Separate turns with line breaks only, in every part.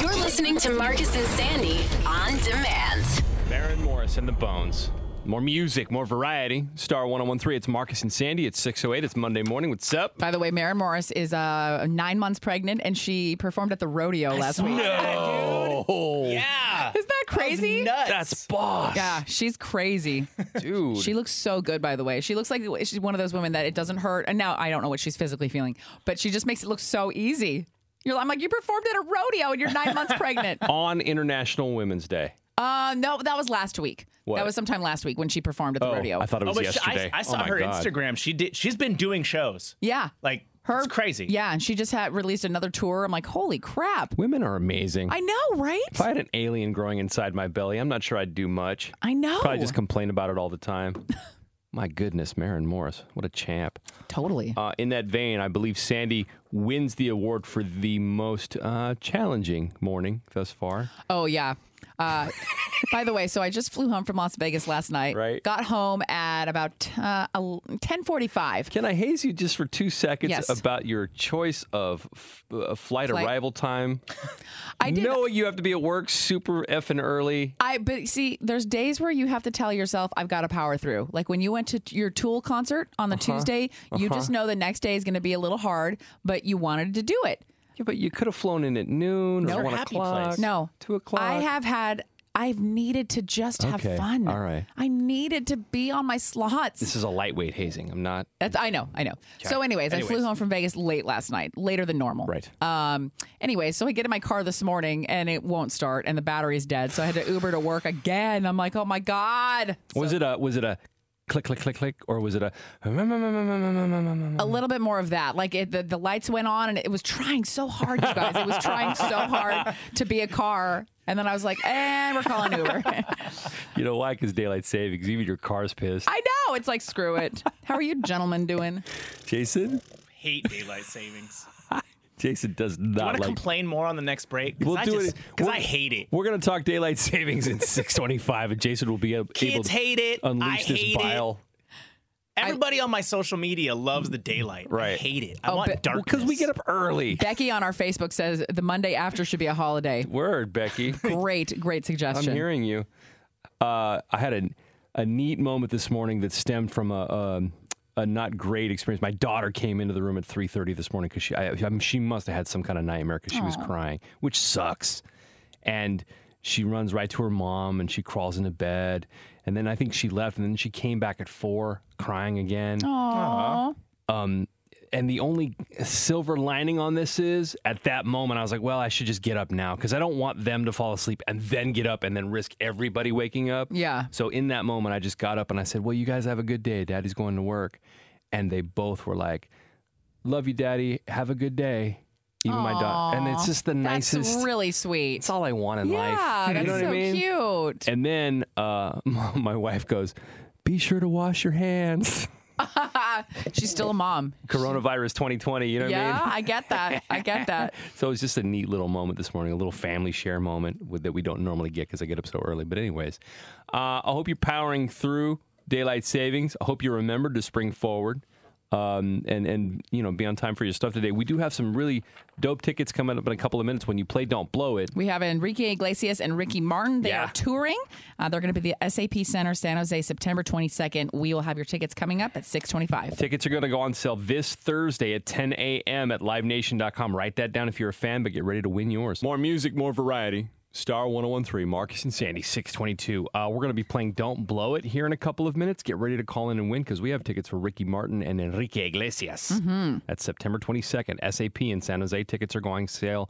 You're listening to Marcus and Sandy on demand.
Baron Morris and the Bones. More music, more variety. Star 1013. It's Marcus and Sandy. It's 608. It's Monday morning. What's up?
By the way, Maren Morris is uh, nine months pregnant, and she performed at the rodeo last week.
No. Yeah.
Isn't that crazy?
That's boss.
Yeah, she's crazy.
Dude.
She looks so good, by the way. She looks like she's one of those women that it doesn't hurt. And now I don't know what she's physically feeling, but she just makes it look so easy. You're, I'm like, you performed at a rodeo and you're nine months pregnant.
on International Women's Day.
Uh, no, that was last week.
What?
That was sometime last week when she performed at the
Oh,
rodeo.
I thought it was
but she- I-
yesterday.
I, saw
Oh my
her
God.
Instagram. She did. She's been doing shows.
yeah.
Like
her
it's crazy.
Yeah, and she just had released another tour. I'm like, holy crap.
Women are amazing.
I know, right?
if I had an alien growing inside my belly, I'm not sure I'd do much.
I know.
Probably just complain about it all the time. my goodness, Marin Morris. What a champ.
totally.
Uh, in that vein, I believe Sandy wins the award for the most uh, challenging morning thus far.
Oh yeah. Uh, by the way, so I just flew home from Las Vegas last night.
Right.
Got home at about uh, el- 10:45.
Can I haze you just for two seconds
Yes.
about your choice of f- uh, flight,
Flight.
arrival time?
I did.
know you have to be at work super effing early.
I but see, there's days where you have to tell yourself, "I've got to power through." Like when you went to t- your Tool concert on the
Uh-huh.
Tuesday, you just know the next day is going to be a little hard, but you wanted to do it.
Yeah, but you could have flown in at noon
Nope.
or one
Happy
o'clock.
place.
No,
two o'clock.
I have had. I've needed to just
Okay.
have fun.
All right.
I needed to be on my slots.
This is a lightweight hazing. I'm not.
That's, I know, I know. So, anyways, I flew home from Vegas late last night, later than normal.
Right.
Um. Anyway, so I get in my car this morning and it won't start, and the battery's dead. So I had to Uber to work again. I'm like, oh my god.
was it a was it a click click click click or was it a
A little bit more of that. Like it, the the lights went on, and it was trying so hard, you guys. It was trying so hard to be a car. And then I was like, and we're calling Uber.
you know why? Because daylight savings. Even your car's pissed.
I know. It's like, screw it. How are you gentlemen doing?
Jason.
Hate daylight savings.
Jason does
I
not
want to
like.
complain more on the next break.
We'll do it.
because
we're-
I hate it.
We're gonna talk daylight savings in 6:25, and Jason will be ab- able
Kids
to
hate it. I
unleash this
hate
bile.
it. Everybody on my social media loves the daylight. I
Right.
hate it. I
Oh,
want
but-
darkness.
Because we get up early.
Becky on our Facebook says the Monday after should be a holiday.
Word, Becky.
Great, great
I'm
suggestion.
hearing you. Uh, I had a a neat moment this morning that stemmed from a. um a not great experience. My daughter came into the room at 3:30 this morning because she, I, I mean, she must have had some kind of nightmare because she was crying, which sucks. And she runs right to her mom and she crawls into bed. And then I think she left and then she came back at four crying again.
Aw.
Um, and the only silver lining on this is at that moment, I was like, well, I should just get up now because I don't want them to fall asleep and then get up and then risk everybody waking up.
Yeah.
So in that moment, I just got up and I said, well, you guys have a good day. Daddy's going to work. And they both were like, love you, Daddy. Have a good day. Even my daughter. And it's just the
That's
nicest.
really sweet.
it's all I want in life.
yeah,
you
that's
know what
so
I mean?
cute.
And then uh, my wife goes, be sure to wash your hands.
She's still a mom.
Coronavirus 2020. You know what I mean?
yeah, I get that. I get that.
So it was just a neat little moment this morning, a little family share moment with, that we don't normally get because I get up so early. But anyways, uh, I hope you're powering through daylight savings. I hope you remembered to spring forward. Um, and and you know be on time for your stuff today. We do have some really dope tickets coming up in a couple of minutes. When you play, don't blow it.
We have Enrique Iglesias and Ricky Martin. They
Yeah.
are touring. Uh, they're going to be at the SAP Center, San Jose, September 22nd. We will have your tickets coming up at 625.
Tickets are going to go on sale this Thursday at 10 a.m. at livenation.com. Write that down if you're a fan, but get ready to win yours. More music, more variety. Star 1013, Marcus and Sandy, 622. Uh, we're going to be playing Don't Blow It here in a couple of minutes. Get ready to call in and win because we have tickets for Ricky Martin and Enrique Iglesias. That's September 22nd. SAP in San Jose. Tickets are going sale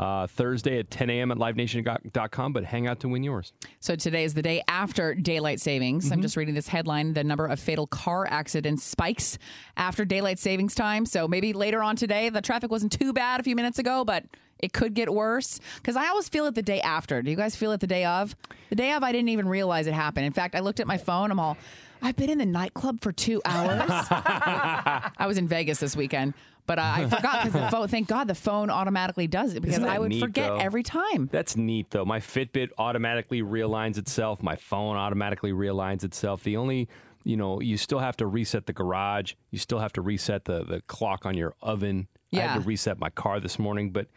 uh, Thursday at 10 a.m. at livenation.com, but hang out to win yours.
So today is the day after daylight savings.
Mm-hmm.
I'm just reading this headline. The number of fatal car accidents spikes after daylight savings time. So maybe later on today, the traffic wasn't too bad a few minutes ago, but It could get worse because I always feel it the day after. Do you guys feel it the day of? The day of, I didn't even realize it happened. In fact, I looked at my phone. I'm all, I've been in the nightclub for two hours. I was in Vegas this weekend, but uh, I forgot because the phone. Thank God the phone automatically does it because
Isn't that
I would
neat,
forget
though?
every time.
That's neat though. My Fitbit automatically realigns itself. My phone automatically realigns itself. The only, you know, you still have to reset the garage. You still have to reset the the clock on your oven. I had to
Yeah.
reset my car this morning, but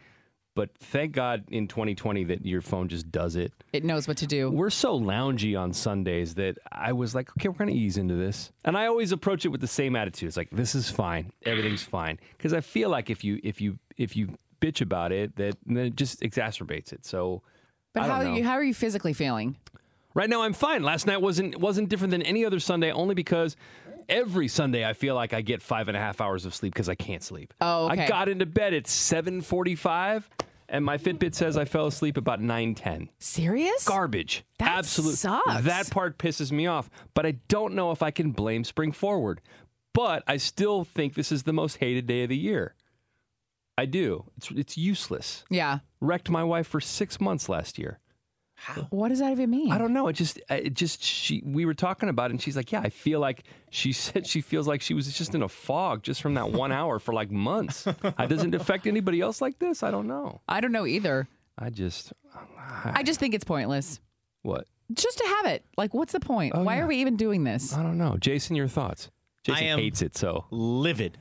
but thank God in 2020 that your phone just does it.
It knows what to do.
We're so loungy on Sundays that I was like, okay, we're going to ease into this. And I always approach it with the same attitude. It's like, this is fine. Everything's fine. Cuz I feel like if you if you if you bitch about it that then it just exacerbates it. So
But
I don't
how are
know.
you? How are you physically feeling?
Right now, I'm fine. Last night wasn't wasn't different than any other Sunday, only because every Sunday I feel like I get five and a half hours of sleep because I can't sleep.
Oh,
I
okay.
got into bed at 7:45, and my Fitbit says I fell asleep about 9:10.
Serious?
Garbage.
That
Absolute.
sucks.
That part pisses me off, but I don't know if I can blame spring forward. But I still think this is the most hated day of the year. I do. It's it's useless.
yeah.
Wrecked my wife for six months last year.
What does that even mean?
I don't know. It just, I- it just, she, we were talking about it and she's like, yeah, I feel like she said she feels like she was just in a fog just from that one hour for like months. I, does it affect anybody else like this? I don't know.
I don't know either.
I just,
I just think it's pointless.
what?
Just to have it. Like, what's the
Oh,
point? Why are we even doing this?
I don't know. Jason, your thoughts? Jason
I am-
hates it. So
livid.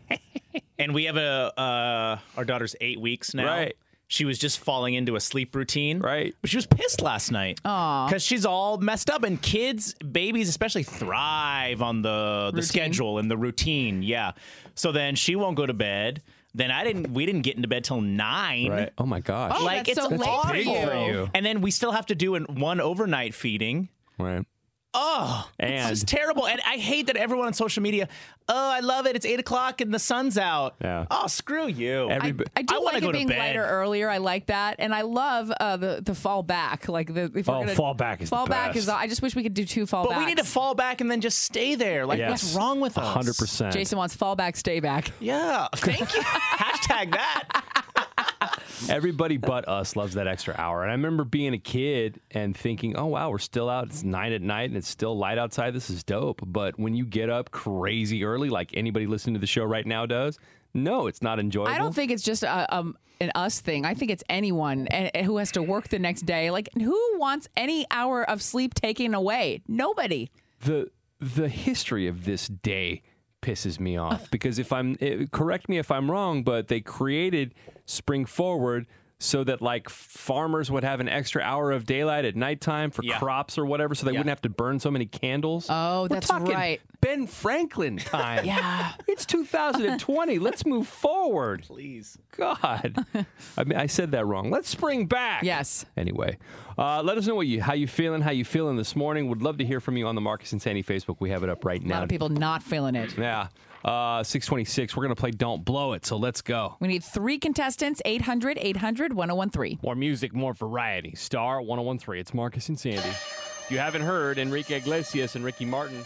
and we have a uh, our daughter's eight weeks now.
Right.
She was just falling into a sleep routine.
Right.
But she was pissed last night. Because she's all messed up, and kids, babies especially, thrive on the the schedule and the routine. Yeah. So then she won't go to bed. Then I didn't. We didn't get into bed till nine.
Oh my gosh.
Oh,
Like
that's
it's
so late
awful.
for you. That's big for
you.
And then we still have to do an, one overnight feeding.
Right.
Oh,
And-
it's just terrible. And I hate that everyone on social media. Oh, I love it. It's eight o'clock and the sun's out.
Yeah.
Oh, screw you.
Every-
I,
Everybo-
I do
I wanna
like
go
it
to
being
bed.
lighter earlier. I like that, and I love uh, the the fall back. Like the if we're
Oh,
gonna-
fall back is the
fall back is.
best.
I just wish we could do two fall
but we need to
backs.
fall back and then just stay there. Like, what's
Yes.
wrong with us?
100%.
Jason wants fall back, stay back.
Yeah. Thank you. Hashtag that.
Everybody but us loves that extra hour. And I remember being a kid and thinking, oh, wow, we're still out. It's nine at night and it's still light outside. This is dope. But when you get up crazy early, like anybody listening to the show right now does, no, it's not enjoyable.
I don't think it's just a, um, an us thing. I think it's anyone and, and who has to work the next day. Like who wants any hour of sleep taken away? Nobody.
the the history of this day pisses me off because if I'm eh, correct me if I'm wrong, but they created spring forward so that like farmers would have an extra hour of daylight at nighttime for
Yeah.
crops or whatever, so they
Yeah.
wouldn't have to burn so many candles.
Oh,
We're
that's
talking
right.
Ben Franklin time.
Yeah.
it's 2020. Let's move forward.
Please.
God, I mean, I said that wrong. Let's spring back.
Yes.
Anyway, uh, let us know what you, how you feeling, how you feeling this morning. Would love to hear from you on the Marcus and Sandy Facebook. We have it up right
A
now.
lot of people not feeling it.
Yeah. Uh, 626. We're gonna play Don't Blow It. So let's go.
We need three contestants 800 800 1013.
More music, more variety. Star 1013. It's Marcus and Sandy. If you haven't heard, Enrique Iglesias and Ricky Martin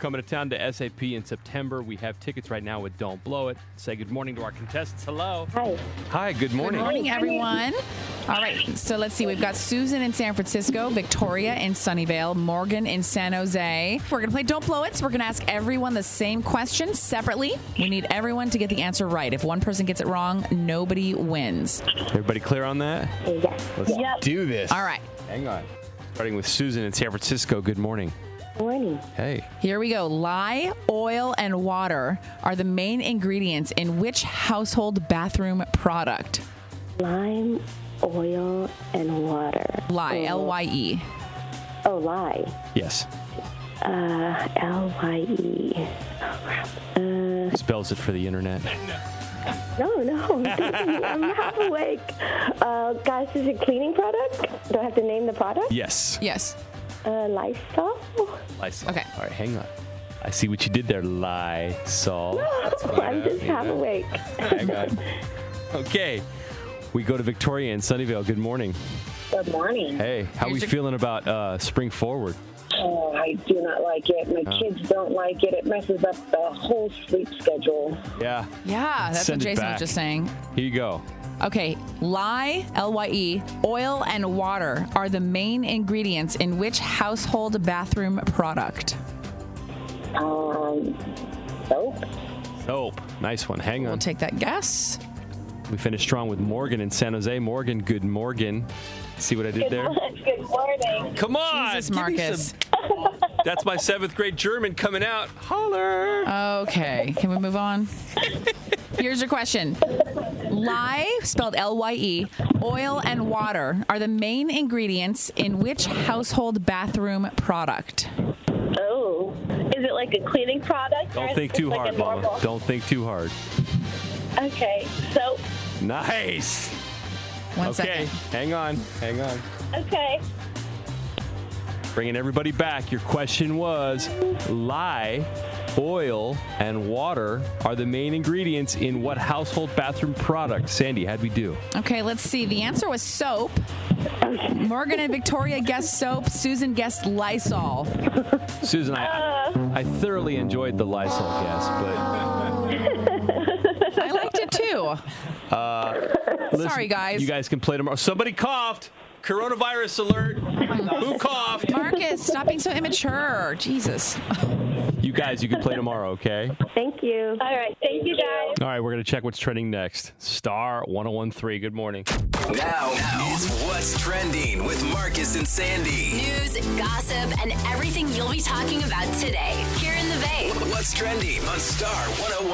coming to town to SAP in September. We have tickets right now with Don't Blow It. Say good morning to our contestants. Hello.
Hi.
Hi, good morning.
Good morning, everyone. All right, so let's see. We've got Susan in San Francisco, Victoria in Sunnyvale, Morgan in San Jose. We're going to play Don't Blow It. So we're going to ask everyone the same question separately. We need everyone to get the answer right. If one person gets it wrong, nobody wins.
Everybody clear on that?
Yes.
Let's
yep.
do this.
All right,
Hang on. Starting with Susan in San Francisco. Good morning.
Morning.
Hey.
here we go. Lye, oil, and water are the main ingredients in which household bathroom product?
Lime, oil, and water.
Lye, L Y E.
Oh, lie.
Yes.
Uh, L Y E. Oh, crap. Uh,
Spells it for the internet.
no, no. I'm half awake. Uh, guys, is it cleaning product? Do I have to name the product?
Yes.
Yes.
Uh, Lysol?
Lysol.
Okay.
All right, hang on. I see what you did there, Lysol.
I'm just half awake.
Hang on. Okay. We go to Victoria in Sunnyvale. Good morning.
Good morning.
Hey, how we
Here's your-
feeling about uh, spring forward?
Oh, I do not like it. My
Uh.
kids don't like it. It messes up the whole sleep schedule.
Yeah.
Yeah, that's
Send it
what Jason
back.
was just saying.
Here you go.
Okay, lye, L Y E, oil, and water are the main ingredients in which household bathroom product?
Um, soap.
Soap. Nice one. Hang
We'll
on.
take that guess.
We finished strong with Morgan in San Jose. Morgan, good Morgan. See what I did there?
Good morning.
Come on.
Jesus,
give me
Marcus.
some- That's my seventh grade German coming out. Holler.
Uh, Okay, can we move on? Here's your question. Lye, spelled L Y E, oil and water are the main ingredients in which household bathroom product?
Oh, is it like a cleaning product? or
Don't
is
think
it
too
like
hard,
a
Mama.
normal-
Don't think too hard.
Okay, so
Nice.
One
Okay.
second.
Hang on. Hang on.
okay,
Bringing everybody back. Your question was lye, oil, and water are the main ingredients in what household bathroom product? Sandy, how'd we do?
Okay, let's see. The answer was soap. Morgan and Victoria guessed soap. Susan guessed Lysol.
Susan, I, I thoroughly enjoyed the Lysol guess, but
I liked it too.
Uh, listen,
Sorry, guys.
You guys can play tomorrow. Somebody coughed. Coronavirus alert. Who coughed?
Marcus, stop being so immature. Jesus.
You guys, you can play tomorrow, okay?
thank you.
All right. Thank you, guys.
All right, we're going to check what's trending next. Star 1013. Good morning.
Now, it's What's Trending with Marcus and Sandy.
News, gossip, and everything you'll be talking about today here in the Bay.
What's Trending on Star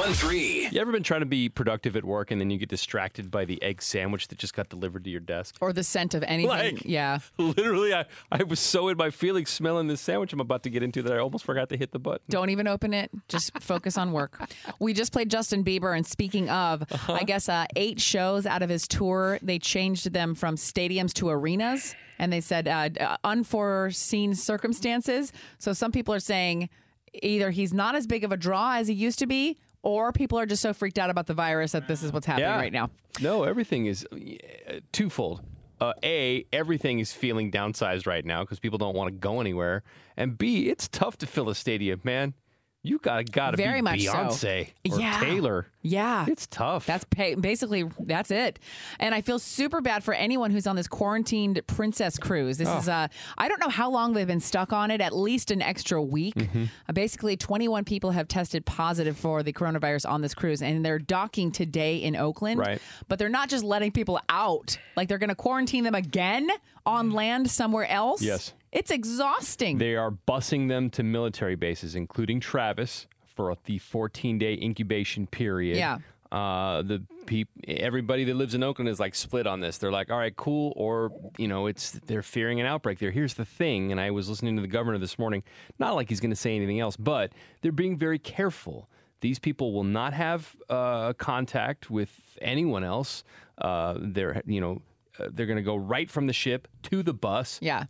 1013.
You ever been trying to be productive at work and then you get distracted by the egg sandwich that just got delivered to your desk?
Or the scent of anything.
Like-
yeah.
Literally, I, I was so in my feelings smelling this sandwich I'm about to get into that I almost forgot to hit the button.
Don't even open it. Just focus on work. We just played Justin Bieber, and speaking of,
Uh-huh.
I guess uh, eight shows out of his tour, they changed them from stadiums to arenas, and they said uh, d- uh, unforeseen circumstances. So some people are saying either he's not as big of a draw as he used to be, or people are just so freaked out about the virus that this is what's happening right now.
No, everything is uh, twofold. Uh, a, everything is feeling downsized right now because people don't want to go anywhere. And B, it's tough to fill a stadium, man. You gotta gotta
Very
be
much so.
Beyonce or
Yeah.
Taylor.
Yeah.
It's tough.
That's pay- basically that's it. And I feel super bad for anyone who's on this quarantined princess cruise. This
Oh.
is uh I don't know how long they've been stuck on it, at least an extra week.
Mm-hmm.
Uh, basically 21 people have tested positive for the coronavirus on this cruise and they're docking today in Oakland.
Right.
But they're not just letting people out. Like they're going to quarantine them again on land somewhere else.
Yes.
It's exhausting.
They are busing them to military bases, including Travis, for the 14 day incubation period.
Yeah.
Uh, the peop- everybody that lives in Oakland is like split on this. They're like, all right, cool, or you know, it's they're fearing an outbreak. There, here's the thing. And I was listening to the governor this morning. Not like he's going to say anything else, but they're being very careful. These people will not have uh, contact with anyone else. Uh, they're you know uh, they're going to go right from the ship to the bus.
yeah.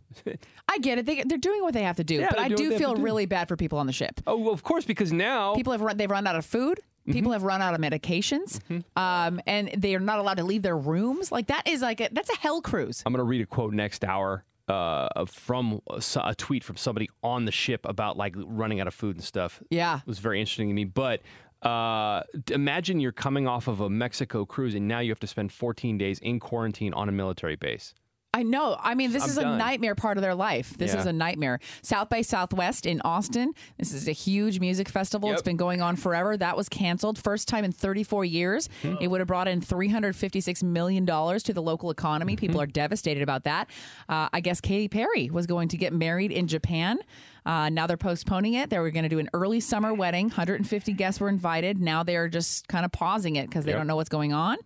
I get it. They, they're doing what they have to do,
Yeah,
but
they're doing
I
what they
do
have
feel
to do.
really bad for people on the ship.
Oh, well, of course, because now
people have run they've run out of food people have run out of medications um, and they are not allowed to leave their rooms like that is like a, that's a hell cruise
I'm going to read a quote next hour uh, of- from a s- a tweet from somebody on the ship about like running out of food and stuff.
Yeah.
It was very interesting to me. But uh, d- imagine you're coming off of a Mexico cruise and now you have to spend 14 days in quarantine on a military base.
i know i mean this
I'm
is a
done.
nightmare part of their life this is
Yeah.
a nightmare south by southwest in austin this is a huge music festival it's
Yep.
been going on forever that was canceled first time in 34 years
Hmm.
it would have brought in 356 million dollars to the local economy people
Mm-hmm.
are devastated about that uh, i guess katy perry was going to get married in japan Uh, now they're postponing it. They were going to do an early summer wedding. 150 guests were invited. Now they are just kind of pausing it because they don't know what's going on.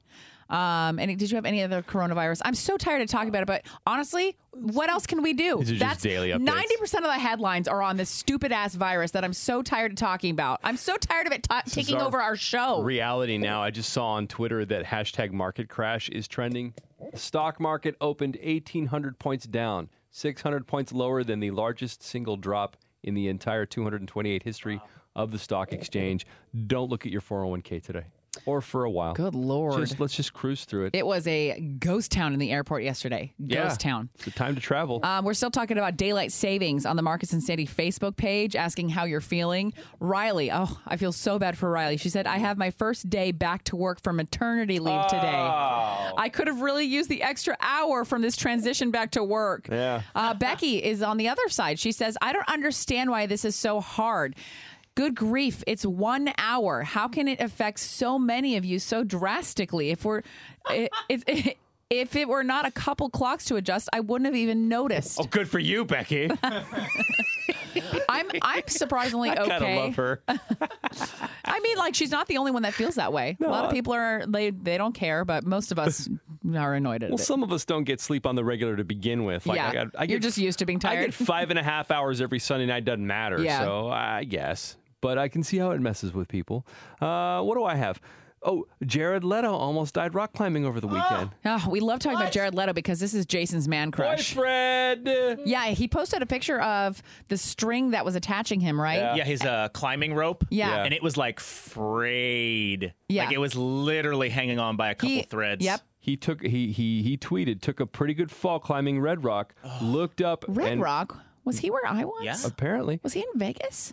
Um, and did you have any other coronavirus? I'm so tired of talking about it, but honestly, what else can we do?
These are just daily updates.
90% of the headlines are on this stupid ass virus that I'm so tired of talking about. I'm so tired of it ta-
is
taking
our
over our show.
Reality now, I just saw on Twitter that hashtag market crash is trending. The stock market opened 1,800 points down, 600 points lower than the largest single drop in the entire 228 history of the stock exchange. Don't look at your 401k today. or for a while.
Good lord.
Just, let's just cruise through it.
It was a ghost town in the airport yesterday. Ghost
yeah.
town.
It's the time to travel.
Um, we're still talking about daylight savings on the Marcus and Sandy Facebook page, asking how you're feeling. Riley, oh, I feel so bad for Riley. She said, I have my first day back to work from maternity leave today.
Ah.
Oh,
I could have really used the extra hour from this transition back to work.
Yeah.
Uh, Becky is on the other side. She says, I don't understand why this is so hard. Good grief, it's one hour. How can it affect so many of you so drastically? If we're, i- if, if it were not a couple clocks to adjust, I wouldn't have even noticed.
Oh, good for you, Becky.
I'm I'm surprisingly
I kind
okay.
of love her.
I mean, like she's not the only one that feels that way. a lot of people are they they don't care, but most of us are annoyed at
Well,
it.
some of us don't get sleep on the regular to begin with.
Yeah.
I got, I
You're
get-
just used to being
I
tired.
get five and a half hours every Sunday night. Doesn't matter.
Yeah.
So I guess, but I can see how it messes with people. Uh, what do I have? Oh, Jared Leto almost died rock climbing over the weekend.
Oh, we love talking about Jared Leto because this is Jason's man crush.
Boyfriend.
Yeah, he posted a picture of the string that was attaching him, right?
Yeah, his uh, climbing rope.
Yeah.
And it was like frayed.
Yeah.
Like it was literally hanging on by a couple
He-
threads.
Yep.
He took he he he tweeted took a pretty good fall climbing Red Rock. Looked up
Red
and
Rock. Was he where I was?
Yeah.
Apparently,
Was he in Vegas?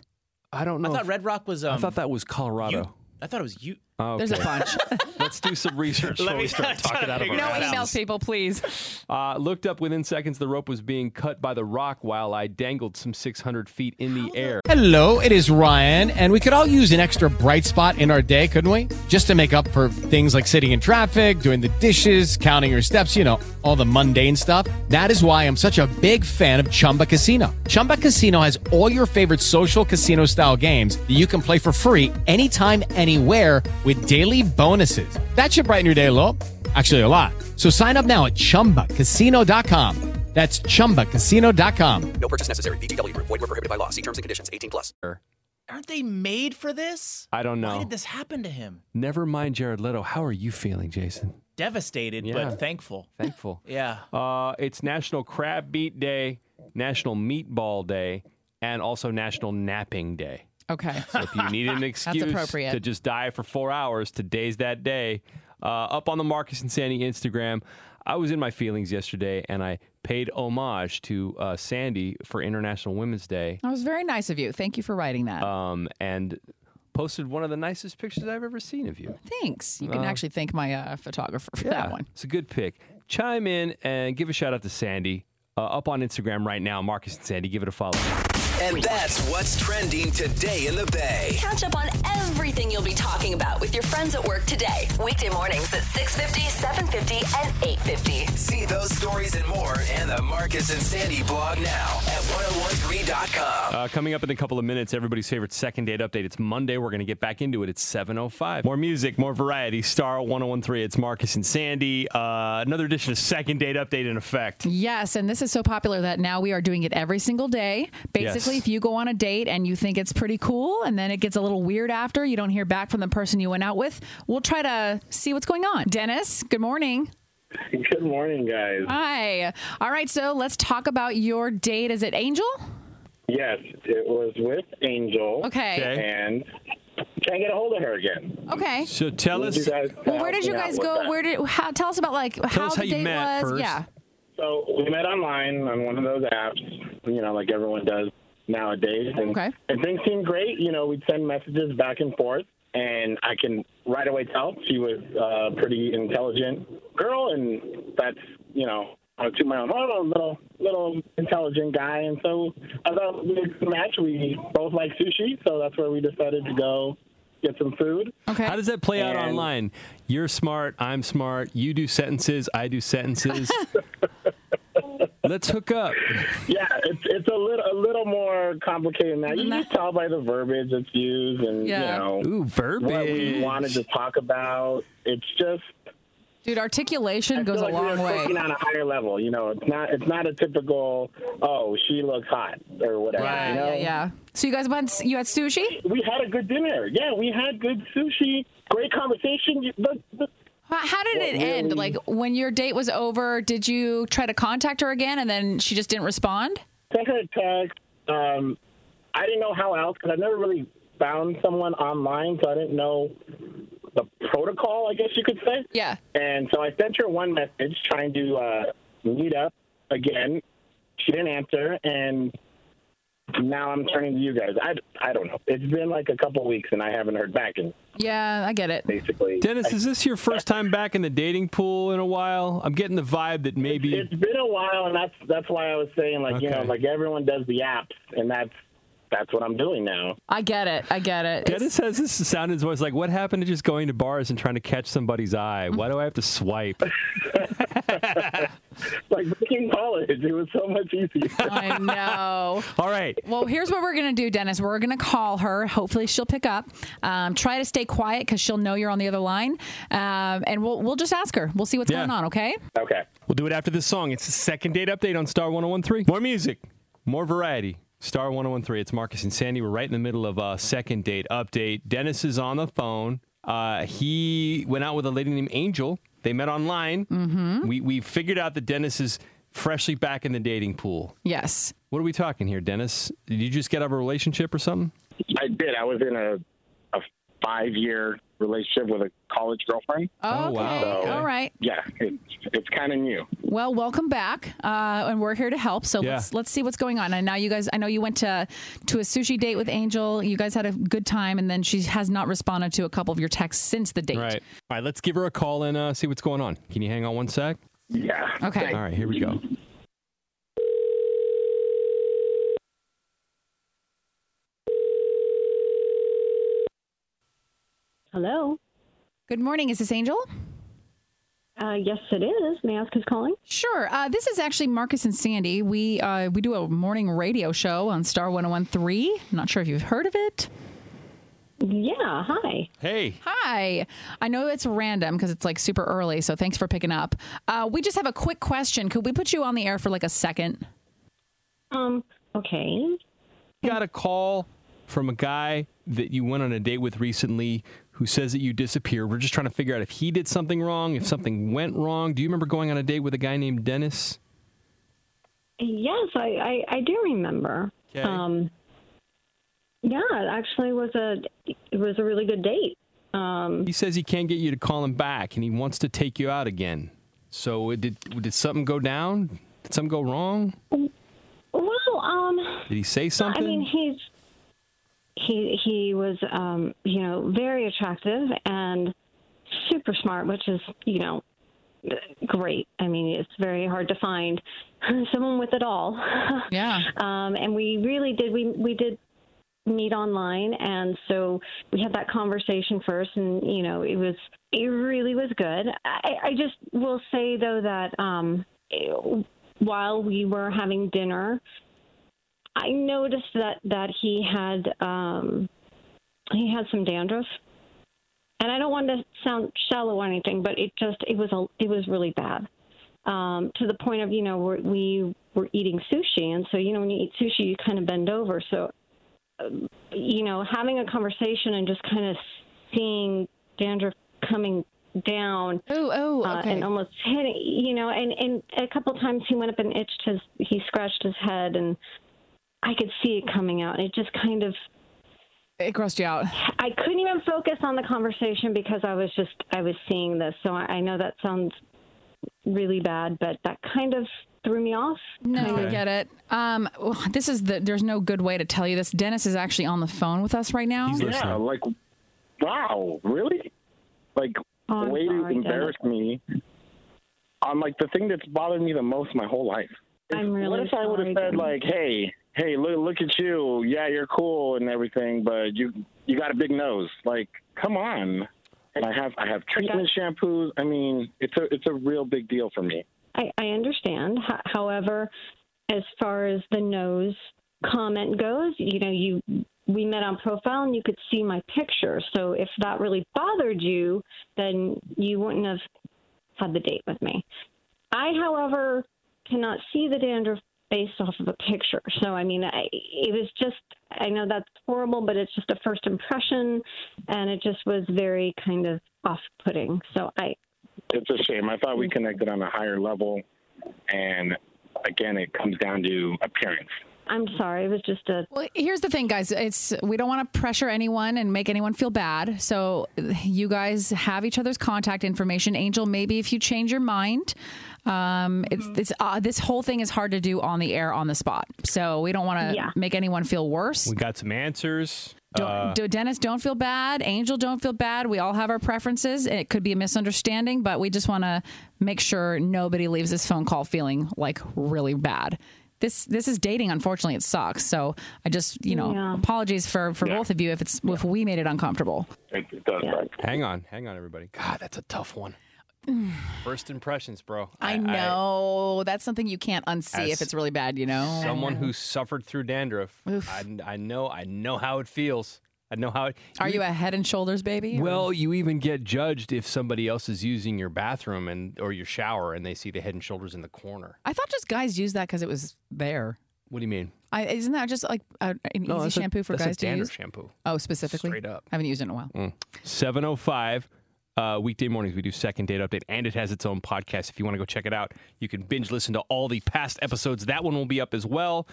I don't
I
know.
thought
if-
Red Rock was. Um,
I thought that was Colorado.
you- I thought it was you.
oh,
There's a
okay.
bunch.
Let's do some research before
Let me-
we
I'm
start
trying
talking
to
out of
figure
our
no
that
asses.
out.
emails, people, please.
Uh, looked up within seconds, the rope was being cut by the rock while I dangled some 600 feet in the air.
Hello, it is Ryan, and we could all use an extra bright spot in our day, couldn't we? Just to make up for things like sitting in traffic, doing the dishes, counting your steps, you know, all the mundane stuff. That is why I'm such a big fan of Chumba Casino. Chumba Casino has all your favorite social casino style games that you can play for free anytime, anywhere with daily bonuses. That should brighten your day, a little. Actually, a lot. So sign up now at chumbacasino.com. That's chumbacasino.com.
No purchase necessary. VGW Group. Void were prohibited by law. See terms and conditions. 18 plus.
Aren't they made for this?
I don't
Why
know.
did this happen to him?
Never mind Jared Leto. How are you feeling, Jason?
Devastated,
Yeah.
but thankful.
Thankful.
Yeah.
uh, it's National Crab Beat Day, National Meatball Day, and also National Napping Day.
Okay.
So if you need an excuse
appropriate.
to just die for four hours, today's that day. Uh, up on the Marcus and Sandy Instagram, I was in my feelings yesterday, and I paid homage to uh, Sandy for International Women's Day.
That was very nice of you. Thank you for writing that.
um, and posted one of the nicest pictures I've ever seen of you.
Thanks. You can actually thank my uh, photographer for that one.
It's a good pick. Chime in and give a shout out to Sandy. Uh, up on Instagram right now, Marcus and Sandy. Give it a follow.
And that's what's trending today in the Bay.
Catch up on everything you'll be talking about with your friends at work today. Weekday mornings at 6.50, 7.50, and 8.50.
See those stories and more in the Marcus and Sandy blog now at 1013.com.
Uh, coming up in a couple of minutes, everybody's favorite second date update. It's Monday. We're going to get back into it. It's 7.05. More music, more variety. Star 1013. It's Marcus and Sandy. Uh, another edition of second date update in effect.
Yes, and this is so popular that now we are doing it every single day. Basically,
Yes.
if you go on a date and you think it's pretty cool and then it gets a little weird after, you don't hear back from the person you went out with, we'll try to see what's going on. Dennis, good morning.
Good morning, guys.
Hi. All right, so let's talk about your date. Is it Angel?
Yes, it was with Angel.
Okay.
Okay.
And can't get a hold of her again.
Okay.
So tell
Where'd
us.
you guys-
Well, where did you guys go? Where did how, tell us about like how
us
the
how you
date
met
was.
first.
Yeah.
So we met online on one of those apps, you know, like everyone does nowadays. And,
Okay.
and things seemed great. You know, we'd send messages back and forth, and I can right away tell she was a pretty intelligent girl, and that's, you know, I was to my own, oh, little, little intelligent guy. And so I thought we would match. We both like sushi, so that's where we decided to go get some food.
Okay.
How does that play out
And-
online? You're smart, I'm smart, you do sentences, I do sentences. Let's hook up.
Yeah, it's it's a little a little more complicated than that. You
Than
can
that.
just tell by the verbiage that's used and
Yeah.
you know
Ooh,
what we
verbiage.
wanted to talk about. It's just
Dude, articulation
I
goes
feel
a
like we
long
were
way.
cooking on a higher level. You know, it's not it's not a typical oh she looks hot or whatever.
Yeah,
you know?
yeah, yeah. So you guys went you had sushi?
We had a good dinner. Yeah, we had good sushi. Great conversation. You- The, the,
How how did
What
it end?
really-
Like when your date was over, did you try to contact her again and then she just didn't respond?
sent her a text. Um, I didn't know how else because I've never really found someone online, so I didn't know the protocol, I guess you could say.
Yeah.
And so I sent her one message trying to uh, meet up again. She didn't answer, and now I'm turning to you guys. I, I don't know. It's been like a couple weeks, and I haven't heard back. And
Yeah, I get it.
basically,
Dennis, is this your first time back in the dating pool in a while? I'm getting the vibe that maybe.
it's been a while, and that's that's why I was saying like you know
Okay.
like everyone does the apps, and that's that's what I'm doing now.
I get it. I get it.
Dennis has this sound in his voice like, what happened to just going to bars and trying to catch somebody's eye? Why do I have to swipe?
Like back in college, it was so much easier.
I know.
All right.
Well, here's what we're going to do, Dennis. We're going to call her. Hopefully, she'll pick up. Um, try to stay quiet because she'll know you're on the other line. Um, and we'll, we'll just ask her. We'll see what's
Yeah.
going on, okay?
Okay.
We'll do it after this song. It's the second date update on Star 1013. More music, more variety. Star 1013. It's Marcus and Sandy. We're right in the middle of a second date update. Dennis is on the phone. Uh, he went out with a lady named Angel. They met online. Mm-hmm. We, we figured out that Dennis is freshly back in the dating pool.
Yes.
What are we talking here, Dennis? Did you just get out of a relationship or something?
I did. I was in a a five year relationship with a college girlfriend.
Oh, wow. okay. All right.
Yeah, it's it's kind of new.
Well, welcome back, uh, and we're here to help. So
Yeah.
let's let's see what's going on. And now you guys, I know you went to to a sushi date with Angel. You guys had a good time, and then she has not responded to a couple of your texts since the date.
Right. All right, let's give her a call and uh, see what's going on. Can you hang on one sec?
Yeah.
Okay.
All right, here we go.
Hello. Good morning. Is this Angel?
Uh, yes, it is. May I ask who's calling?
Sure. Uh, this is actually Marcus and Sandy. We uh, we do a morning radio show on Star 1013. Not sure if you've heard of it.
Yeah, hi.
Hey.
Hi. I know it's random because it's like super early, so thanks for picking up. Uh, we just have a quick question. Could we put you on the air for like a second?
Um, okay.
Got a call from a guy that you went on a date with recently who says that you disappeared. We're just trying to figure out if he did something wrong, if something went wrong. Do you remember going on a date with a guy named Dennis?
Yes, I, I, I do remember.
Okay.
Um, yeah, it actually was a it was a really good date. Um,
He says he can't get you to call him back and he wants to take you out again. So it did did something go down? Did something go wrong?
well, um,
Did he say something?
I mean, he's he he was um, you know very attractive and super smart, which is you know great. I mean, it's very hard to find someone with it all.
Yeah.
um, and we really did we we did meet online and so we had that conversation first and you know it was it really was good i i just will say though that um while we were having dinner I noticed that that he had um, he had some dandruff, and I don't want to sound shallow or anything, but it just it was a it was really bad um, to the point of you know we're, we were eating sushi, and so you know when you eat sushi you kind of bend over, so um, you know having a conversation and just kind of seeing dandruff coming down
oh oh
uh,
okay.
and almost hitting you know and and a couple times he went up and itched his he scratched his head and i could see it coming out and it just kind of
it grossed you out
i couldn't even focus on the conversation because i was just i was seeing this so i, I know that sounds really bad but that kind of threw me off
No,
Kind
I
of-
get it. Um, well, this is the. There's no good way to tell you this. Dennis is actually on the phone with us right now.
Yeah, like wow, really? Like
Oh,
the
I'm
way
sorry,
to embarrass me on like the thing that's bothered me the most my whole life.
i'm really
what if I would
sorry,
have said
Dan.
like, "Hey, hey, look, look at you. Yeah, you're cool and everything, but you you got a big nose. Like, come on." And I have I have treatment shampoos. I mean, it's a it's a real big deal for me.
I, I understand. Ho- however, as far as the nose comment goes, you know, you we met on profile and you could see my picture. So if that really bothered you, then you wouldn't have had the date with me. I, however, cannot see the dandruff based off of a picture. So I mean, I, it was just I know that's horrible, but it's just a first impression, and it just was very kind of off-putting. So I
It's a shame. I thought we connected on a higher level, and again, it comes down to appearance.
I'm sorry. It was just a.
Well, here's the thing, guys. It's we don't want to pressure anyone and make anyone feel bad. So you guys have each other's contact information. Angel, maybe if you change your mind, um, it's it's uh, this whole thing is hard to do on the air on the spot. So we don't want to
Yeah.
make anyone feel worse.
We got some answers.
Don't,
Uh,
do- Dennis, don't feel bad. Angel, don't feel bad. We all have our preferences. It could be a misunderstanding, but we just want to make sure nobody leaves this phone call feeling like really bad. This this is dating. Unfortunately, it sucks. So I just you know
Yeah.
apologies for for both of you if it's if we made it uncomfortable.
Hang on, hang on, everybody. God, that's a tough one. First impressions, bro.
I know that's something you can't unsee if
As
it's really bad. You know,
Someone who suffered through dandruff. I, I know, I know how it feels. I know how it.
are you a head and shoulders baby? or-
Well, you even get judged if somebody else is using your bathroom and or your shower and they see the head and shoulders in the corner.
I thought just guys used that because it was there.
What do you mean?
I, isn't that just like a, an
No,
easy
that's a-
shampoo for
that's a
guys to
dandruff
use?
shampoo.
Oh, specifically. Straight
up.
Haven't used it in a while.
705 uh, weekday mornings we do second date update and it has its own podcast if you want to go check it out you can binge listen to all the past episodes that one will be up as well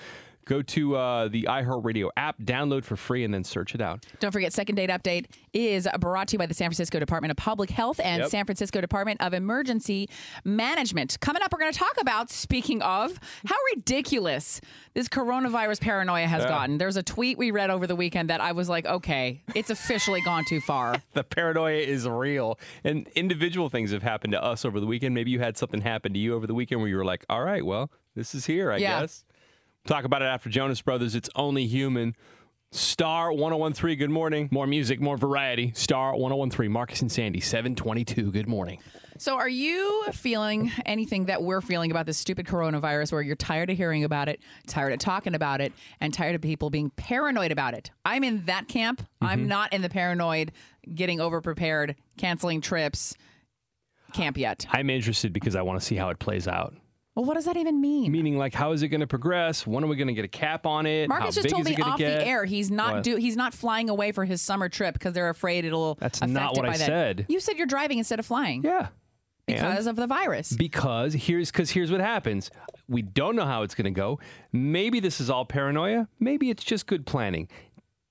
go to uh, the iheartradio app download for free and then search it out
Don't forget, Second Date Update is brought to you by the San Francisco Department of Public Health and
Yep.
San Francisco Department of Emergency Management. Coming up, we're going to talk about, speaking of, how ridiculous this coronavirus paranoia has
Yeah.
gotten. There's a tweet we read over the weekend that I was like, okay, it's officially gone too far.
the paranoia is real and individual things have happened to us over the weekend maybe you had something happen to you over the weekend where you were like all right well this is here i
Yeah.
guess talk about it after jonas brothers it's only human star 1013 good morning more music more variety star 1013 marcus and sandy 722 good morning
So, are you feeling anything that we're feeling about this stupid coronavirus where you're tired of hearing about it, tired of talking about it, and tired of people being paranoid about it? I'm in that camp. I'm
Mhm.
not in the paranoid, getting overprepared, canceling trips camp yet.
I'm interested because I want to see how it plays out.
Well, what does that even mean?
Meaning, like, how is it going to progress? When are we going to get a cap on it?
Marcus
how
just
big
told
is it
me
gonna
off
get?
the air he's not
What?
do he's not flying away for his summer trip because they're afraid it'll
That's
affect
not
it
what I
by then.
said.
You said you're driving instead of flying.
Yeah.
Because
And-
of the virus.
Because here's because here's what happens. We don't know how it's going to go. Maybe this is all paranoia. Maybe it's just good planning.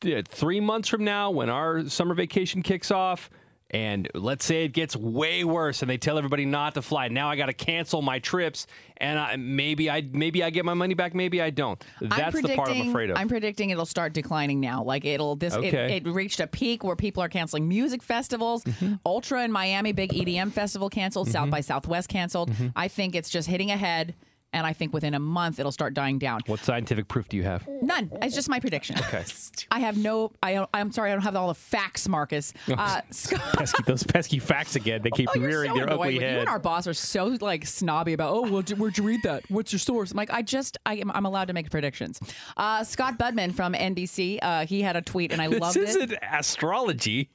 Yeah, Three months from now, when our summer vacation kicks off, and let's say it gets way worse, and they tell everybody not to fly. Now I got to cancel my trips, and I, maybe I maybe I get my money back. Maybe I don't. That's the part I'm
predicting-
afraid of.
I'm predicting it'll start declining now. Like it'll this
Okay. Mm-hmm.
it, it reached a peak where people are canceling music festivals. Ultra in Miami, big EDM festival canceled. South by Southwest canceled.
Mhm.
I think it's just hitting ahead, and I think within a month it'll start dying down.
what scientific proof do you have?
None. It's just my prediction.
Okay.
I have no. I don't, I'm sorry. I don't have all the facts, Marcus. Uh, Scott,
pesky, those pesky facts again. They keep
oh, you're
rearing
so
their
annoyed.
ugly
with- You
head.
and our boss are so like snobby about. Oh, well, d- where'd you read that? What's your source? I'm like, I just, I am, I'm allowed to make predictions. Uh, Scott Budman from NBC, uh, he had a tweet, and I
this
loved it.
isn't astrology.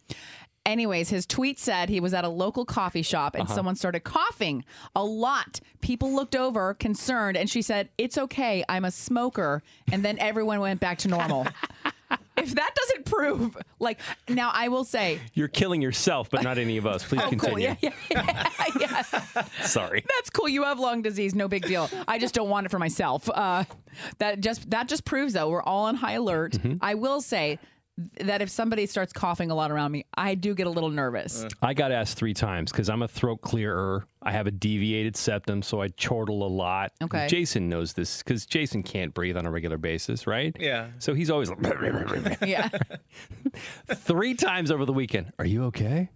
Anyways, his tweet said he was at a local coffee shop and
Uh-huh.
someone started coughing a lot. People looked over, concerned, and she said, It's okay, I'm a smoker. And then everyone went back to normal. if that doesn't prove, like, now I will say,
You're killing yourself, but not any of us. Please
Oh,
continue.
cool. Yeah, yeah, yeah.
Sorry.
That's cool. You have lung disease. No big deal. I just don't want it for myself. Uh, that just that just proves though we're all on high alert.
Mhm.
I will say that if somebody starts coughing a lot around me, I do get a little nervous.
I got asked three times because I'm a throat clearer. I have a deviated septum, so I chortle a lot.
Okay.
Jason knows this because Jason can't breathe on a regular basis, right?
Yeah.
So he's always like,
yeah.
three times over the weekend. Are you okay?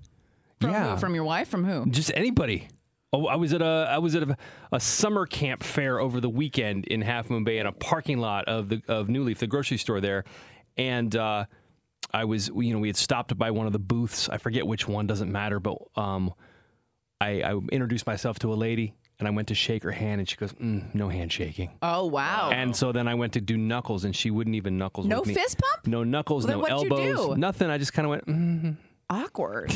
From who? From your wife? From who?
Just anybody. Oh, I was at a I was at a, a summer camp fair over the weekend in Half Moon Bay in a parking lot of the of New Leaf, the grocery store there, and uh, I was you know we had stopped by one of the booths. I forget which one doesn't matter, but um, I, I introduced myself to a lady and I went to shake her hand and she goes, mm, "No handshaking."
Oh wow.
And so then I went to do knuckles, and she wouldn't even knuckles
No
with me.
fist pump?
No knuckles,
Then
no
what'd you
elbows,
do?
nothing. I just kind of went. Mm.
awkward.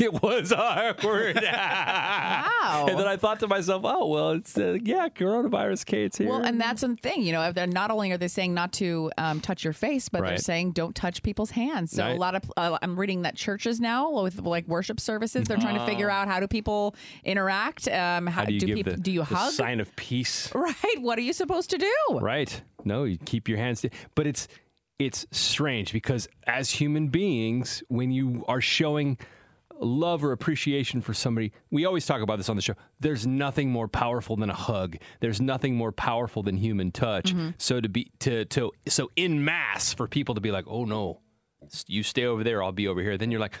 It was awkward. wow. And then I thought to myself, oh, well, it's, uh, yeah, coronavirus Kate's here.
Well, and that's the thing, you know. They're not only are they saying not to um, touch your face, but they're
Right.
saying don't touch people's hands. So
Right.
a lot of uh, I'm reading that churches now with like worship services, they're trying to figure
Oh.
out how do people interact. Um, how,
How do you give
people
the,
do you
the
hug?
sign of peace?
right. What are you supposed to do?
Right. No, you keep your hands. But it's it's strange because as human beings, when you are showing love or appreciation for somebody, we always talk about this on the show. There's nothing more powerful than a hug. There's nothing more powerful than human touch.
Mhm.
So to be to to so in mass for people to be like, "Oh no. You stay over there, I'll be over here." Then you're like,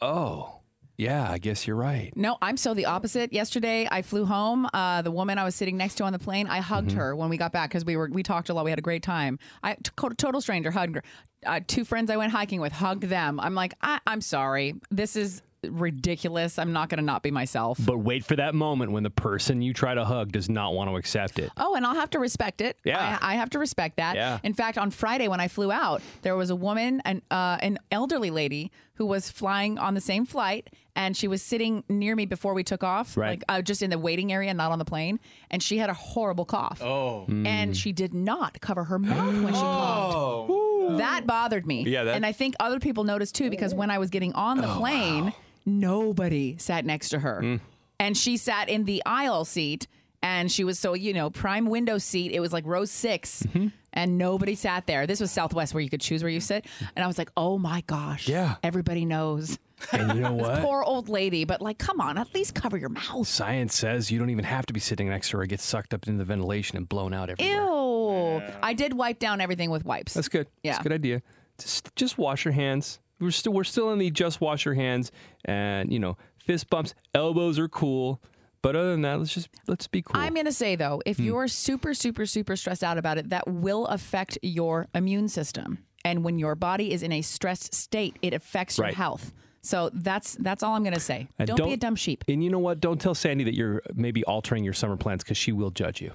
"Oh, yeah, I guess you're right."
No, I'm so the opposite. Yesterday, I flew home. Uh, the woman I was sitting next to on the plane, I hugged
Mhm.
her when we got back because we were we talked a lot. We had a great time. I t- co- total stranger hugged her. Uh, two friends I went hiking with hugged them. I'm like, I, I'm sorry, this is ridiculous. I'm not gonna not be myself.
But wait for that moment when the person you try to hug does not want to accept it.
Oh, and I'll have to respect it.
Yeah.
I, I have to respect that.
Yeah.
In fact, on Friday when I flew out, there was a woman, an uh, an elderly lady, who was flying on the same flight, and she was sitting near me before we took off,
Right.
like uh, just in the waiting area, not on the plane, and she had a horrible cough.
Oh. Mm.
and she did not cover her mouth when she coughed. That bothered me.
Yeah, that-
and I think other people noticed too because when I was getting on
Oh,
the plane, nobody sat next to her
Mm.
and she sat in the aisle seat and she was so you know prime window seat it was like row 6
Mm-hmm.
and nobody sat there this was southwest where you could choose where you sit and i was like oh my gosh yeah everybody knows
And you know
this
what?
poor old lady but like come on at least cover your mouth
Science says you don't even have to be sitting next to her. It gets sucked up into the ventilation and blown out everywhere.
ew i did wipe down everything with wipes
That's good.
yeah
That's a good idea. Just, just wash your hands. We're still we're still in the just wash your hands and you know fist bumps, elbows are cool, but other than that, let's just let's be cool.
I'm going to say, though, if
Hmm.
you're super, super, super stressed out about it, that will affect your immune system. And when your body is in a stressed state, it affects your
Right.
health. So that's that's all I'm going to say.
And
Don't, be a dumb sheep.
And you know what? Don't tell Sandy that you're maybe altering your summer plans because she will judge you.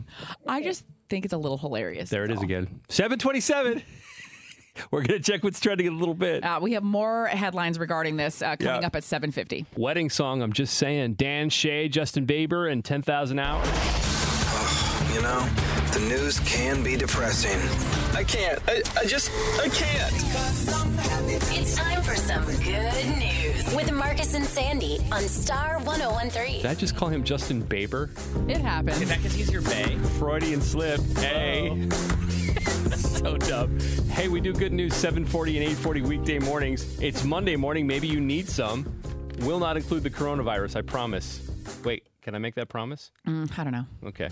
I just think it's a little hilarious.
There it is again. Seven twenty-seven. We're gonna check what's trending in a little bit.
Uh, we have more headlines regarding this uh, coming
Yeah.
up at 7:50.
Wedding song. I'm just saying. Dan Shay, Justin Bieber, and ten thousand hours.
Uh, You know, the news can be depressing. I can't. I, I just, I can't.
It's time for some good news with Marcus and Sandy on Star 1013.
Did I just call him Justin Bieber?
It happens.
Is that because he's your bae? Freudian slip. Hey. so dumb. Hey, we do good news 740 and 840 weekday mornings. It's Monday morning. Maybe you need some. Will not include the coronavirus, I promise. Wait, can I make that promise?
Mm, I don't know.
Okay.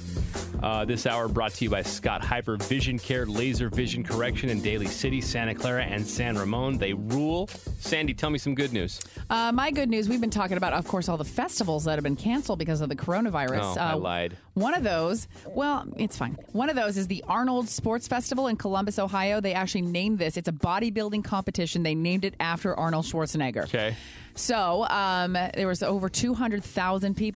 Uh, this hour brought to you by Scott Hyper Vision Care, Laser Vision Correction in Daly City, Santa Clara, and San Ramon. They rule. Sandy, tell me some good news.
Uh, my good news, we've been talking about, of course, all the festivals that have been canceled because of the coronavirus.
Oh, I
Uh,
lied.
One of those, well, it's fine. One of those is the Arnold Sports Festival in Columbus, Ohio. They actually named this. It's a bodybuilding competition. They named it after Arnold Schwarzenegger.
Okay.
So um, there was over 200,000 people.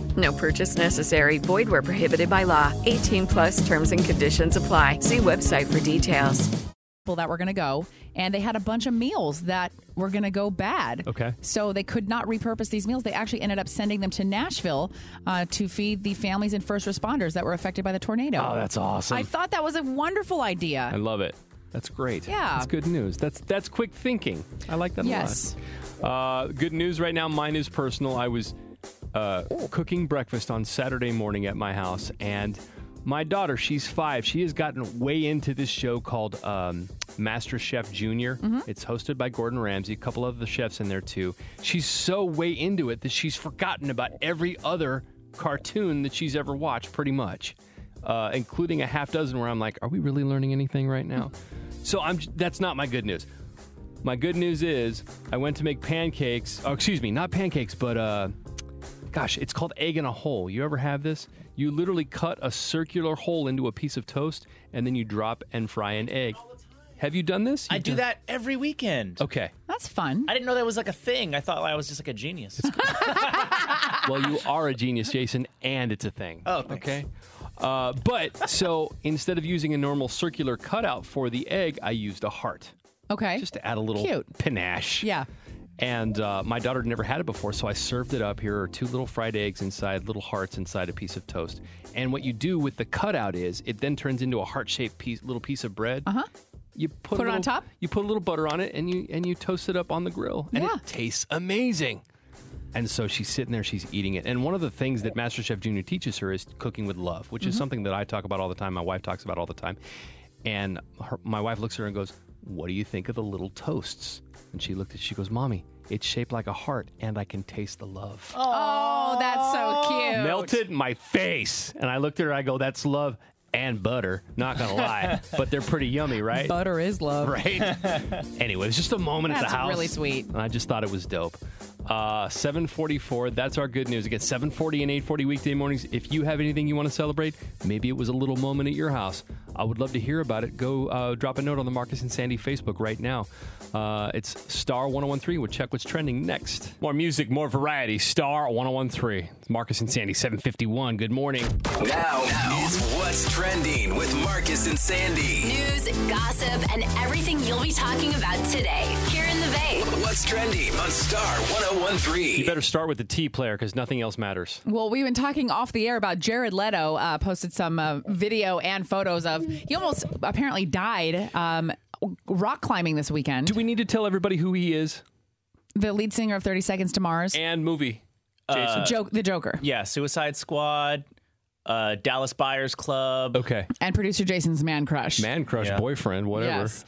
No purchase necessary. Void where prohibited by law. 18 plus terms and conditions apply. See website for details.
people that were going to go, and they had a bunch of meals that were going to go bad.
Okay.
So they could not repurpose these meals. They actually ended up sending them to Nashville uh, to feed the families and first responders that were affected by the tornado.
Oh, that's awesome.
I thought that was a wonderful idea.
I love it. That's great.
Yeah.
That's good news. That's that's quick thinking. I like that
Yes.
a lot. Uh, good news right now. Mine is personal. I was uh, cooking breakfast on Saturday morning at my house, and my daughter, she's five. She has gotten way into this show called um, Master Chef Junior. It's hosted by Gordon Ramsay. A couple of the chefs in there too. She's so way into it that she's forgotten about every other cartoon that she's ever watched, pretty much uh, including a half dozen where I'm like, are we really learning anything right now? so I'm that's not my good news. My good news is I went to make pancakes. Oh, excuse me, not pancakes, but uh, gosh, it's called egg in a hole. You ever have this? You literally cut a circular hole into a piece of toast and then you drop and fry an egg. Have you done this?
I do that every weekend.
Okay.
That's fun.
I didn't know that was like a thing. I thought I was just like a genius.
well, you are a genius, Jason, and it's a thing. Oh, okay. Uh, but so instead of using a normal circular cutout for the egg, I used a heart
Okay.
Just to add a little
Cute.
panache.
Yeah.
And uh, my daughter had never had it before, so I served it up. Here are two little fried eggs inside, little hearts inside a piece of toast. And what you do with the cutout is it then turns into a heart-shaped piece, little piece of bread. Uh huh. You put,
Uh-huh. Put
a
it on
little-
top?
You put a little butter on it, and you and you toast it up on the grill, and
Yeah.
it tastes amazing. And so she's sitting there, she's eating it. And one of the things that MasterChef Junior teaches her is cooking with love, which is
Mm-hmm.
Mhm.
something that I talk about all the time. My wife talks about all the time. And her, my wife looks at her and goes, "What do you think of the little toasts?" And she looked at, she goes, "Mommy, it's shaped like a heart, and I can taste the love."
Oh, that's so cute.
Melted in my face, and I looked at her. I go, "That's love." And butter, not gonna lie, but they're pretty yummy, right?
Butter is love,
right? anyway, it's just a moment at
That's
the house.
really sweet.
I just thought it was dope. Uh, 744, that's our good news. Again, 740 and 840 weekday mornings. If you have anything you want to celebrate, maybe it was a little moment at your house. I would love to hear about it. Go uh, drop a note on the Marcus and Sandy Facebook right now. Uh, it's Star 1013. We'll check what's trending next. More music, more variety. Star 1013. It's Marcus and Sandy, 751. Good morning.
Now, it's What's Trending with Marcus and Sandy.
News, gossip, and everything you'll be talking about today here in the Bay.
What's Trending on Star 1013.
You better start with the T player because nothing else matters.
Well, we've been talking off the air about Jared Leto uh, posted some uh, video and photos of he almost apparently died um, rock climbing this weekend. Do
we need to tell everybody who he is?
The lead singer of Thirty Seconds to Mars.
And movie.
Uh,
Joke the Joker.
Yeah, Suicide Squad, uh, Dallas Buyers Club.
Okay.
And producer Jason's man crush.
Man crush, boyfriend, whatever.
Yes.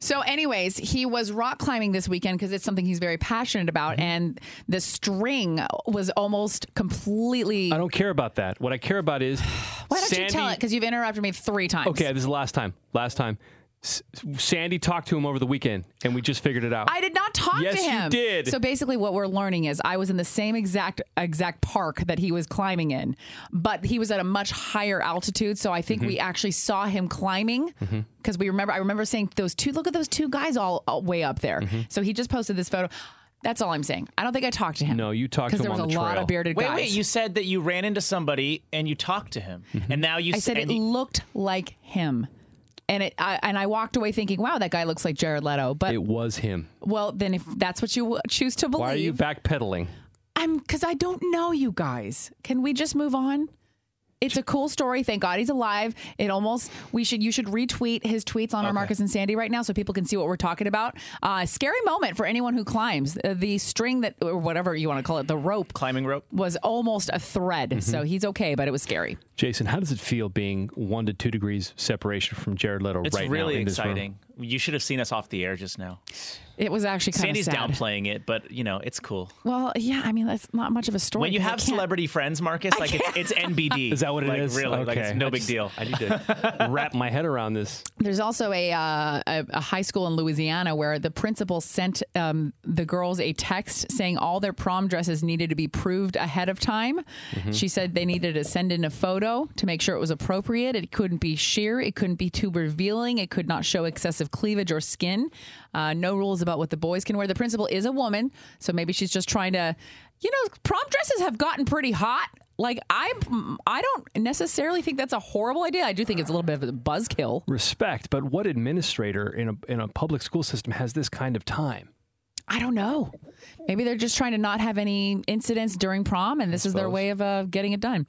So, anyways, he was rock climbing this weekend because it's something he's very passionate about,
Mm-hmm.
and the string was almost completely.
I don't care about that. What I care about is
Why don't you tell it? Because you've interrupted me three times.
Okay, this is the last time. Last time. S- Sandy talked to him over the weekend, and we just figured it out.
I did not talk
Yes,
to
you
him.
did.
So basically, what we're learning is I was in the same exact exact park that he was climbing in, but he was at a much higher altitude. So I think
Mm-hmm.
we actually saw him climbing because we remember. I remember saying those two. Look at those two guys all, all way up there.
Mm-hmm.
So he just posted this photo. That's all I'm saying. I don't think I talked to him. No,
you talked to him
there was
on
a
the
lot
trail.
of bearded
wait,
guys.
wait. You said that you ran into somebody and you talked to him,
Mm-hmm.
and now you
I said it
and you-
looked like him, and it I, and I walked away thinking, wow, that guy looks like Jared Leto. But
it was him.
well, then if that's what you w- choose to believe,
Why are you backpedaling?
I'm because I don't know you guys. Can we just move on? It's a cool story. Thank God he's alive. It almost we should you should retweet his tweets on our Marcus and Sandy right now so people can see what we're talking about. Uh, scary moment for anyone who climbs Uh, the string that or whatever you want to call it, the rope
climbing rope
was almost a thread.
Mm-hmm.
So he's okay, but it was scary.
Jason, how does it feel being one to two degrees separation from Jared Leto
It's
right now?
really
in this room?
exciting. You should have seen us off the air just now.
It was actually kind
Sandy's
of sad.
downplaying it, but you know it's cool.
Well, yeah, I mean that's not much of a story.
when you
'cause I
have
can't-
celebrity friends, Marcus, like it's, it's NBD.
Is that what it is?
like, Really? Like it's
Okay.
no
I
big
just-
deal.
I need to wrap my head around this.
There's also a, uh, a a high school in Louisiana where the principal sent um, the girls a text saying all their prom dresses needed to be proved ahead of time.
Mhm.
She said they needed to send in a photo to make sure it was appropriate. It couldn't be sheer. It couldn't be too revealing. It could not show excessive cleavage or skin. Uh, no rules about what the boys can wear. The principal is a woman, so maybe she's just trying to, you know, prom dresses have gotten pretty hot. Like I, I don't necessarily think that's a horrible idea. I do think it's a little bit of a buzzkill.
Respect, but what administrator in a in a public school system has this kind of time?
I don't know. Maybe they're just trying to not have any incidents during prom, and this is their way of uh, getting it done.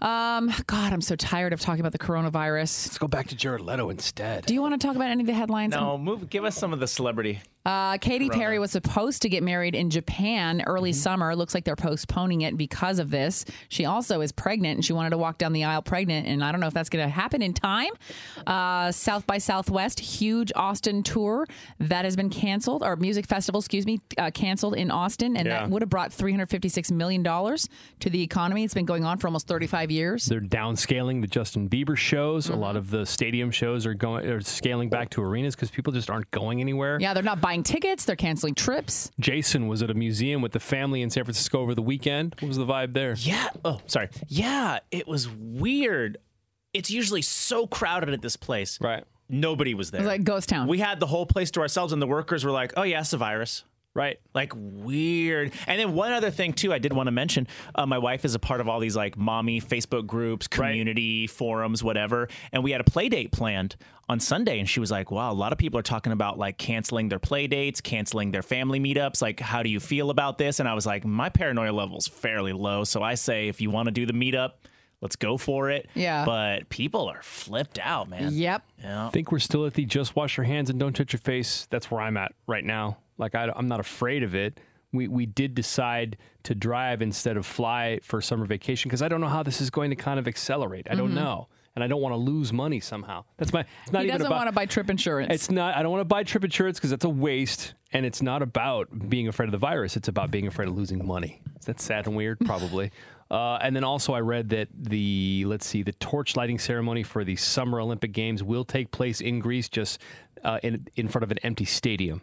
Um, God, I'm so tired of talking about the coronavirus. Let's
go back to Jared Leto instead.
Do you want to talk about any of the headlines?
No, move. Give us some of the celebrity.
Uh, Katy
Corona.
Perry was supposed to get married in Japan
Mm-hmm.
early summer. Looks like they're postponing it because of this. She also is pregnant and she wanted to walk down the aisle pregnant, and I don't know if that's going to happen in time. Uh, South by Southwest, huge Austin tour that has been canceled, or music festival, excuse me, uh, canceled. canceled in Austin, and
Yeah.
that would have brought $356 million to the economy. It's been going on for almost 35 years.
They're downscaling the Justin Bieber shows. A
Mm-hmm.
lot of the stadium shows are going are scaling back to arenas because people just aren't going anywhere.
Yeah, they're not buying tickets, they're canceling trips.
Jason was at a museum with the family in San Francisco over the weekend. What was the vibe there?
Yeah. Oh, sorry. Yeah, it was weird. It's usually so crowded at this place.
Right.
Nobody was there.
It was like ghost town.
We had the whole place to ourselves, and the workers were like, "Oh yeah, it's a virus."
Right.
Like weird. And then one other thing too, I did want to mention. Uh, my wife is a part of all these like mommy Facebook groups, community forums, whatever. And we had a play date planned on Sunday, and she was like, "Wow, a lot of people are talking about like canceling their play dates, canceling their family meetups. Like, how do you feel about this?" And I was like, "My paranoia level's fairly low, so I say if you want to do the meetup." Let's go for it.
Yeah.
But people are flipped out, man.
Yep.
Yeah.
I think we're still at the just wash your hands and don't touch your face. That's where I'm at right now. Like I, am not afraid of it. We we did decide to drive instead of fly for summer vacation because I don't know how this is going to kind of accelerate. I don't
Mhm.
know, and I don't want to lose money somehow. That's my. It's not
he
even
doesn't
about,
want to buy trip insurance.
It's not. I don't want to buy trip insurance because that's a waste, and it's not about being afraid of the virus. It's about being afraid of losing money. Is that sad and weird? Probably. uh, and then also, I read that the let's see, the torch lighting ceremony for the Summer Olympic Games will take place in Greece, just uh, in in front of an empty stadium.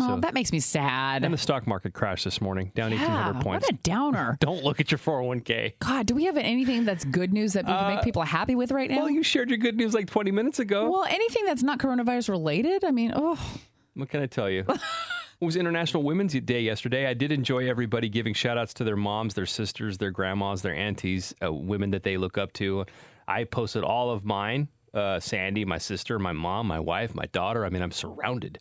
oh, that makes me sad.
And the stock market crashed this morning, down
Yeah,
1,800 points.
What a downer.
don't look at your 401k.
God, do we have anything that's good news that we can
Uh,
make people happy with right now?
Well, you shared your good news like 20 minutes ago.
Well, anything that's not coronavirus related? I mean, oh,
What can I tell you? it was International Women's Day yesterday. I did enjoy everybody giving shout outs to their moms, their sisters, their grandmas, their aunties, uh, women that they look up to. I posted all of mine uh, Sandy, my sister, my mom, my wife, my daughter. I mean, I'm surrounded.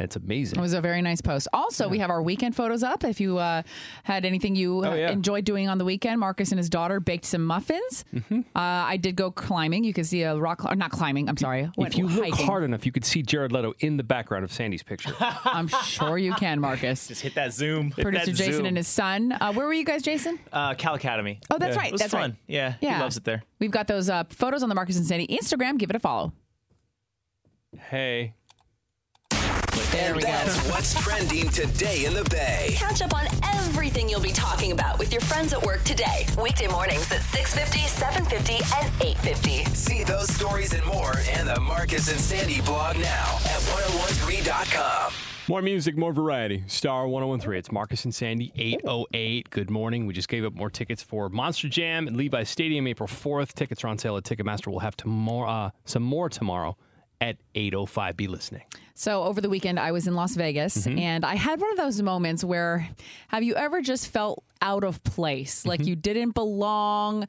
It's amazing.
it was a very nice post. Also, we have our weekend photos up. If you uh, had anything you
Oh,
uh, enjoyed doing on the weekend, Marcus and his daughter baked some muffins.
Mm-hmm.
Uh, I did go climbing. You can see a rock, cl- not climbing, I'm sorry. Went
if you look
hiking.
hard enough, you could see Jared Leto in the background of Sandy's picture.
I'm sure you can, Marcus.
Just hit that Zoom. Hit
Producer
that
Jason
Zoom.
and his son. Uh, where were you guys, Jason?
uh, Cal Academy.
Oh, that's right.
It was
that's
fun.
right.
Yeah,
Yeah.
he loves it there.
We've got those uh, photos on the Marcus and Sandy Instagram. Give it a follow.
Hey.
There we That's what's trending today in the Bay.
Catch up on everything you'll be talking about with your friends at work today. Weekday mornings at 6.50, 7.50, and 8.50.
See those stories and more in the Marcus and Sandy blog now at 1013.com.
More music, more variety. Star 1013. It's Marcus and Sandy, 808. Good morning. We just gave up more tickets for Monster Jam at Levi's Stadium April 4th. Tickets are on sale at Ticketmaster. We'll have tomorrow, uh, some more tomorrow at 805. Be listening.
So over the weekend, I was in Las Vegas, and I had one of those moments where, have you ever just felt out of place, like you didn't belong?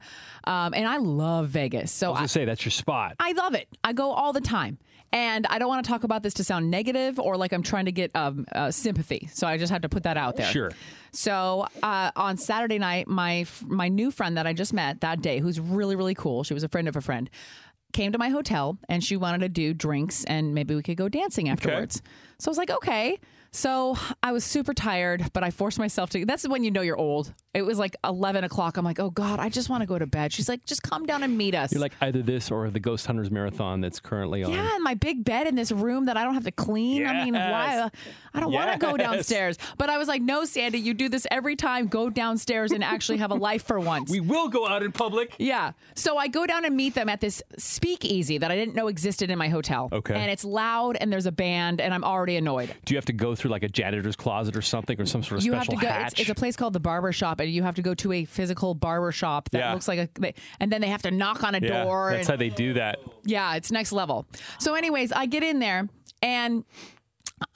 Um, and I love Vegas, so
I was going to say, that's your spot.
I love it. I go all the time. And I don't want to talk about this to sound negative or like I'm trying to get um, uh, sympathy. So I just have to put that out there.
Sure.
So uh, on Saturday night, my f- my new friend that I just met that day, who's really really cool, she was a friend of a friend, came to my hotel and she wanted to do drinks and maybe we could go dancing afterwards. So I was like, okay. So I was super tired, but I forced myself to. That's when you know you're old. It was like 11 o'clock. I'm like, oh God, I just want to go to bed. She's like, just come down and meet us.
You're like either this or the Ghost Hunters Marathon that's currently on.
Yeah, and my big bed in this room that I don't have to clean. I mean, why?
Yes.
I don't want to go
Yes.
downstairs. But I was like, no, Sandy, you do this every time. Go downstairs and actually have a life for once.
We will go out in public.
Yeah. So I go down and meet them at this speakeasy that I didn't know existed in my hotel.
Okay.
And it's loud and there's a band and I'm already annoyed.
Do you have to go through like a janitor's closet or something or some sort of
You have
special
to go. It's,
hatch?
it's a place called the Barber Shop, and you have to go to a physical barber shop that
Yeah.
looks like a. And then they have to knock on a
yeah,
door.
That's
and,
how they do that.
Yeah, it's next level. So, anyways, I get in there and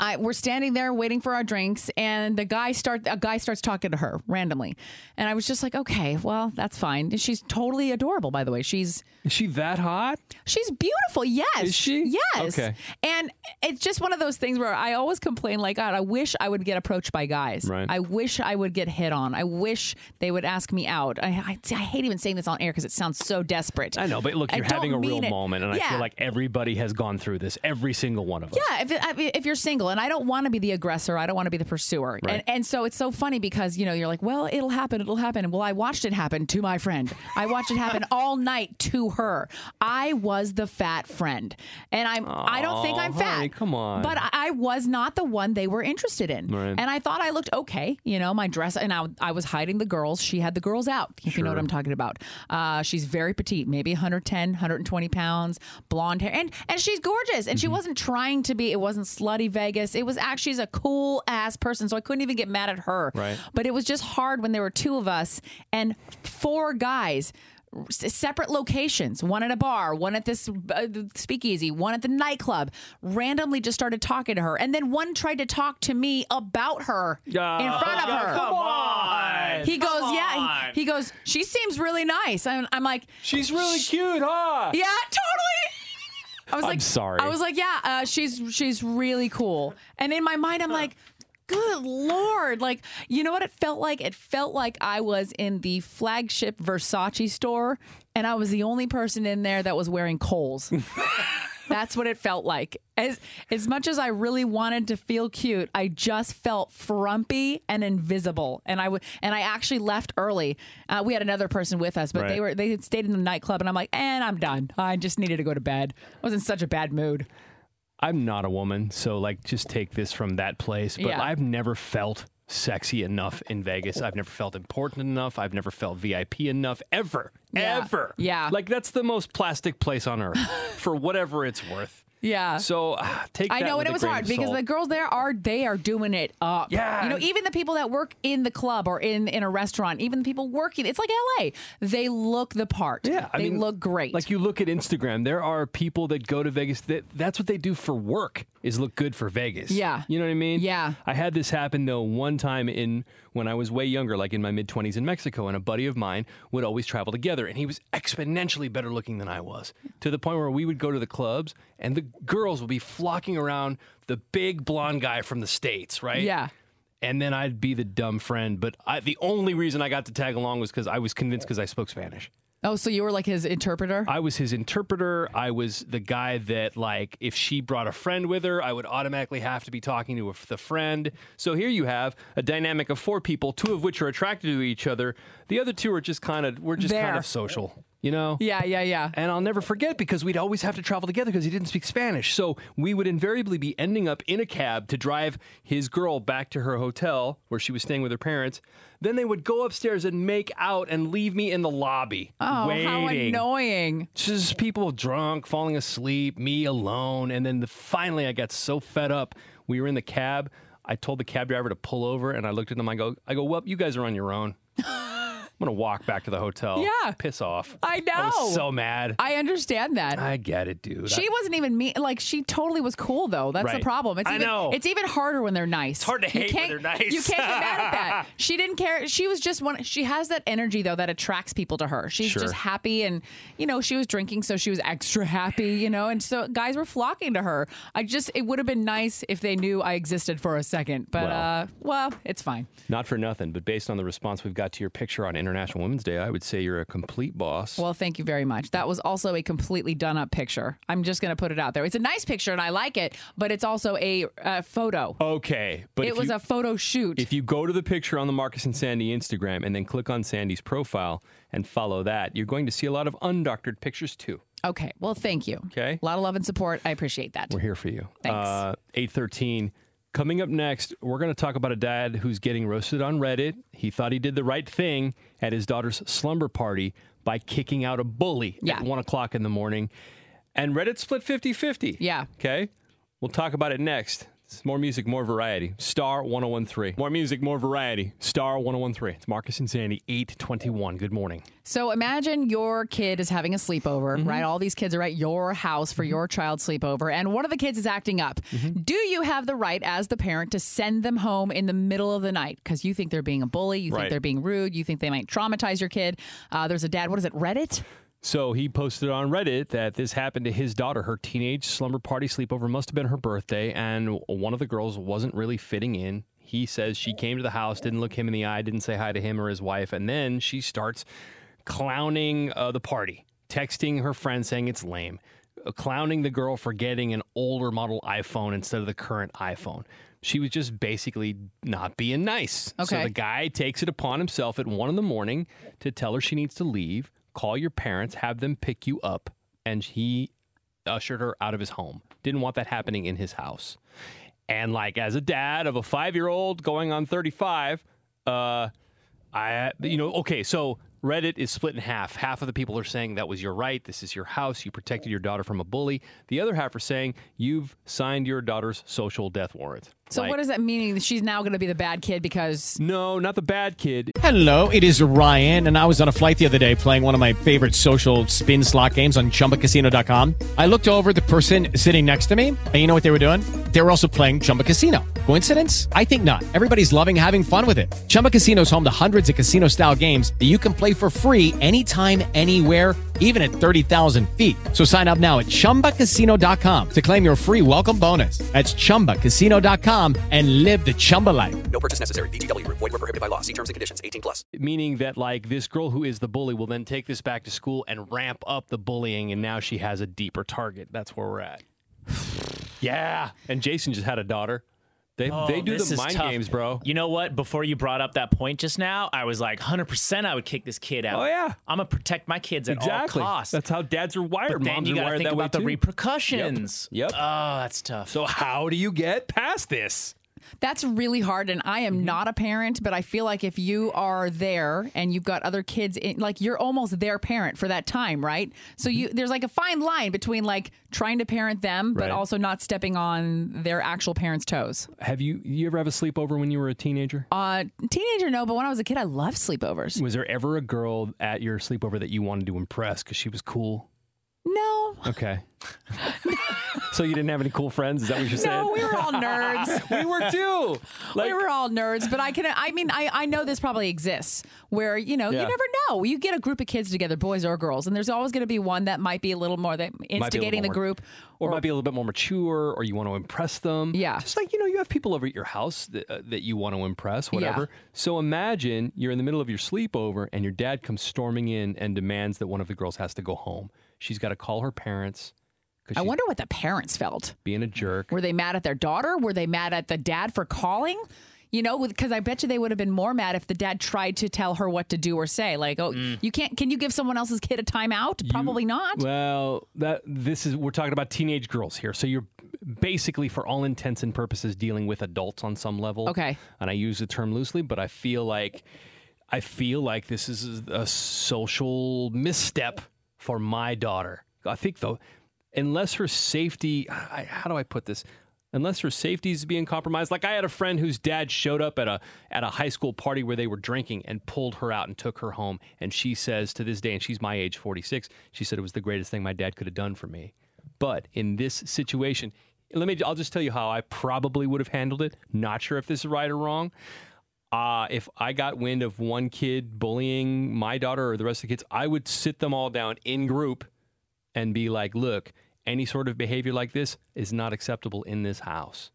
I we're standing there waiting for our drinks, and the guy start a guy starts talking to her randomly, and I was just like, okay, well, that's fine. And she's totally adorable, by the way. She's
is she that hot?
She's beautiful. Yes,
Is she?
Yes.
Okay.
And it's just one of those things where I always complain, like, God, I wish I would get approached by guys.
Right.
I wish I would get hit on. I wish they would ask me out. I, I, I hate even saying this on air because it sounds so desperate.
I know, but look,
I
you're having
don't
a real
mean it.
moment, and I
Yeah.
feel like everybody has gone through this, every single one of us.
Yeah, if, I mean, if you're single, single and I don't want to be the aggressor. I don't want to be the pursuer.
Right.
And, and so it's so funny because, you know, you're like, well, it'll happen. It'll happen. Well, I watched it happen to my friend. I watched it happen all night to her. I was the fat friend. And I'm, I don't think
Aw,
I'm fat.
honey, come on.
But I- I was not the one they were interested in.
Right.
And I thought I looked okay. You know, my dress, and I, I was hiding the girls. She had the girls out, if you know what I'm talking about. Uh, she's very petite, maybe 110, 120 pounds, blonde hair. And, and she's gorgeous. And she wasn't trying to be, it wasn't slutty Vegas. It was actually, she's a cool ass person. So I couldn't even get mad at her.
Right.
But it was just hard when there were two of us and four guys. s- Separate locations, one at a bar, one at this uh, speakeasy, one at the nightclub, randomly just started talking to her. And then one tried to talk to me about her in front of
Oh,
her.
come on.
He goes,
Come
Yeah. He, he goes, She seems really nice. I'm, I'm like,
She's really cute, huh?
Yeah, totally. I was
I'm
like,
sorry.
I was like, yeah, uh, she's she's really cool. And in my mind, I'm like, good lord, like you know what it felt like? It felt like I was in the flagship Versace store, and I was the only person in there that was wearing Coles. That's what it felt like. As as much as I really wanted to feel cute, I just felt frumpy and invisible. And I would and I actually left early. Uh, we had another person with us, but
Right.
they were they had stayed in the nightclub, and I'm like, and I'm done. I just needed to go to bed. I was in such a bad mood.
I'm not a woman, so like just take this from that place. But
Yeah.
I've never felt sexy enough in Vegas. I've never felt important enough. I've never felt VIP enough ever. Ever. Yeah. Like that's the most plastic place on earth for whatever it's worth.
Yeah.
So ah, take
I
that
know,
with
and
a
it was
grain
hard
of
because
salt.
the girls there are they are doing it up.
Yeah.
you know, even the people that work in the club or in in a restaurant, even the people working, it's like LA. They look the part. Yeah,
I
they
mean,
look great.
Like you look at Instagram, there are people that go to Vegas that that's what they do for work is look good for Vegas.
Yeah.
You know what I mean?
Yeah.
I had this happen though one time in when I was way younger, like in my mid 20s in Mexico, and a buddy of mine would always travel together and he was exponentially better looking than I was. To the point where we would go to the clubs and the girls would be flocking around the big blonde guy from the states, right?
Yeah.
And then I'd be the dumb friend, but I, the only reason I got to tag along was because I was convinced because I spoke Spanish.
Oh, so you were like his interpreter?
I was his interpreter. I was the guy that, like, if she brought a friend with her, I would automatically have to be talking to the friend. So here you have a dynamic of four people, two of which are attracted to each other. The other two are just kind of we're just kind
There.
of social, you know?
Yeah, yeah, yeah.
And I'll never forget because we'd always have to travel together because he didn't speak Spanish. So we would invariably be ending up in a cab to drive his girl back to her hotel where she was staying with her parents. Then they would go upstairs and make out and leave me in the lobby.
Oh,
waiting.
how annoying.
Just people drunk, falling asleep, me alone. And then the, finally, I got so fed up. We were in the cab. I told the cab driver to pull over, and I looked at him. I go, I go, well, you guys are on your own. I'm gonna walk back to the hotel.
Yeah.
piss off.
I
I was
know.
so mad.
I understand that.
I get it, dude.
she
I-
wasn't even mean. Like she totally was cool though. That's
Right.
the problem. It's
I
even,
know.
It's even harder when they're nice. It's
hard to hate when they're nice.
You can't get mad at that. She didn't care. She was just one. She has that energy though that attracts people to her. She's
Sure.
just happy, and you know she was drinking, so she was extra happy. You know, and so guys were flocking to her. I just it would have been nice if they knew I existed for a second, but
Well.
uh, well, it's fine.
Not for nothing, but based on the response we've got to your picture on International Women's Day, I would say you're a complete boss.
Well, thank you very much. That was also a completely done up picture. I'm just going to put it out there. It's a nice picture and I like it, but it's also a uh, photo.
Okay, but
it
if
was
you-
a photo shoot.
If you go to the picture on the Marcus and Sandy Instagram and then click on Sandy's profile and follow that, you're going to see a lot of undoctored pictures too.
okay. Well, thank you.
Okay.
A lot of love and support. I appreciate that.
We're here for you.
Thanks.
Uh, 813. Coming up next, we're going to talk about a dad who's getting roasted on Reddit. He thought he did the right thing at his daughter's slumber party by kicking out a bully at 1 o'clock in the morning. And Reddit split 50 50.
Yeah.
Okay. We'll talk about it next. It's more music, more variety. Star 1013. More music, more variety. Star 1013. It's Marcus and Sandy, 821. Good morning.
So imagine your kid is having a sleepover,
Mm-hmm.
right? All these kids are at your house for your child's sleepover, and one of the kids is acting up.
Mm-hmm.
Do you have the right as the parent to send them home in the middle of the night because you think they're being a bully, you
Right.
think they're being rude, you think they might traumatize your kid? Uh, there's a dad, what is it, Reddit?
So he posted on Reddit that this happened to his daughter. Her teenage slumber party sleepover must have been her birthday, and one of the girls wasn't really fitting in. He says she came to the house, didn't look him in the eye, didn't say hi to him or his wife, and then she starts clowning uh, the party, texting her friend saying it's lame. uh, clowning the girl for getting an older model iPhone instead of the current iPhone. She was just basically not being nice. So
Okay.
the guy takes it upon himself at one in the morning to tell her she needs to leave, call your parents, have them pick you up, and he ushered her out of his home. Didn't want that happening in his house. And like as a dad of a five year old going on thirty five, uh, I you know okay so. Reddit is split in half. Half of the people are saying that was your right. This is your house. You protected your daughter from a bully. The other half are saying you've signed your daughter's social death warrant.
So
Like-
what does that mean? She's now going to be the bad kid because
no, not the bad kid.
Hello, it is Ryan, and I was on a flight the other day playing one of my favorite social spin slot games on chumbacasino.com. I looked over at the person sitting next to me, and you know what they were doing? They were also playing Chumba Casino. Coincidence? I think not. Everybody's loving having fun with it. Chumba Casino is home to hundreds of casino style games that you can play for free anytime, anywhere, even at 30,000 feet. So sign up now at chumbacasino.com to claim your free welcome bonus. That's chumbacasino.com and live the Chumba life.
No purchase necessary. VGW Group. Void were prohibited by law. See terms and conditions. 18 plus.
meaning that like this girl who is the bully will then take this back to school and ramp up the bullying and now she has a deeper target that's where we're at yeah and jason just had a daughter they,
Oh,
they do
this
the
is
mind
tough.
games bro
You know what? Before you brought up that point just now, I was like, 100% I would kick this kid out.
Oh, yeah.
I'm going to protect my kids at
Exactly.
all costs.
That's how dads are wired.
But then
Moms
you
are
gotta
wired
think
that way,
about the
too.
repercussions.
Yep.
Oh, that's tough.
So how do you get past this?
That's really hard, and I
Mm-hmm.
am not a parent, but I feel like if you are there and you've got other kids, in, like you're almost their parent for that time, right? So
Mm-hmm.
you there's like a fine line between like trying to parent them, but
Right.
also not stepping on their actual parents' toes.
have you you ever have a sleepover when you were a teenager
Uh, teenager, no, but when I was a kid, I loved sleepovers.
was there ever a girl at your sleepover that you wanted to impress because she was cool
No.
okay so you didn't have any cool friends is that what you're saying
No, we were all nerds.
we were too
we were all nerds, but I can. I mean, I, I know this probably exists where you know
Yeah.
you never know. You get a group of kids together, boys or girls, and there's always going to be one that might be a little more that
Might be a little
instigating the
more-
group.
or, might be a little bit more mature, or you want to impress them. Yeah, just like you know, you have people over at your house that, uh, that you want to impress,
Yeah.
whatever. So imagine you're in the middle of your sleepover, and your dad comes storming in and demands that one of the girls has to go home. She's got to call her parents because
I
she's
wonder what the parents felt.
being a jerk.
Were they mad at their daughter? Were they mad at the dad for calling? You know, because I bet you they would have been more mad if the dad tried to tell her what to do or say. Like, oh,
Mm.
you can't. Can you give someone else's kid a timeout? Probably not.
Well, that this is we're talking about teenage girls here. So you're basically for all intents and purposes dealing with adults on some level.
Okay.
And I use the term loosely, but I feel like I feel like this is a social misstep for my daughter. I think though unless her safety I, how do I put this? Unless her safety is being compromised, like I had a friend whose dad showed up at a at a high school party where they were drinking and pulled her out and took her home, and she says to this day, and she's my age, forty six, she said it was the greatest thing my dad could have done for me. But in this situation, let me I'll just tell you how I probably would have handled it. Not sure if this is right or wrong. Uh, if I got wind of one kid bullying my daughter or the rest of the kids, I would sit them all down in group and be like, look, any sort of behavior like this is not acceptable in this house.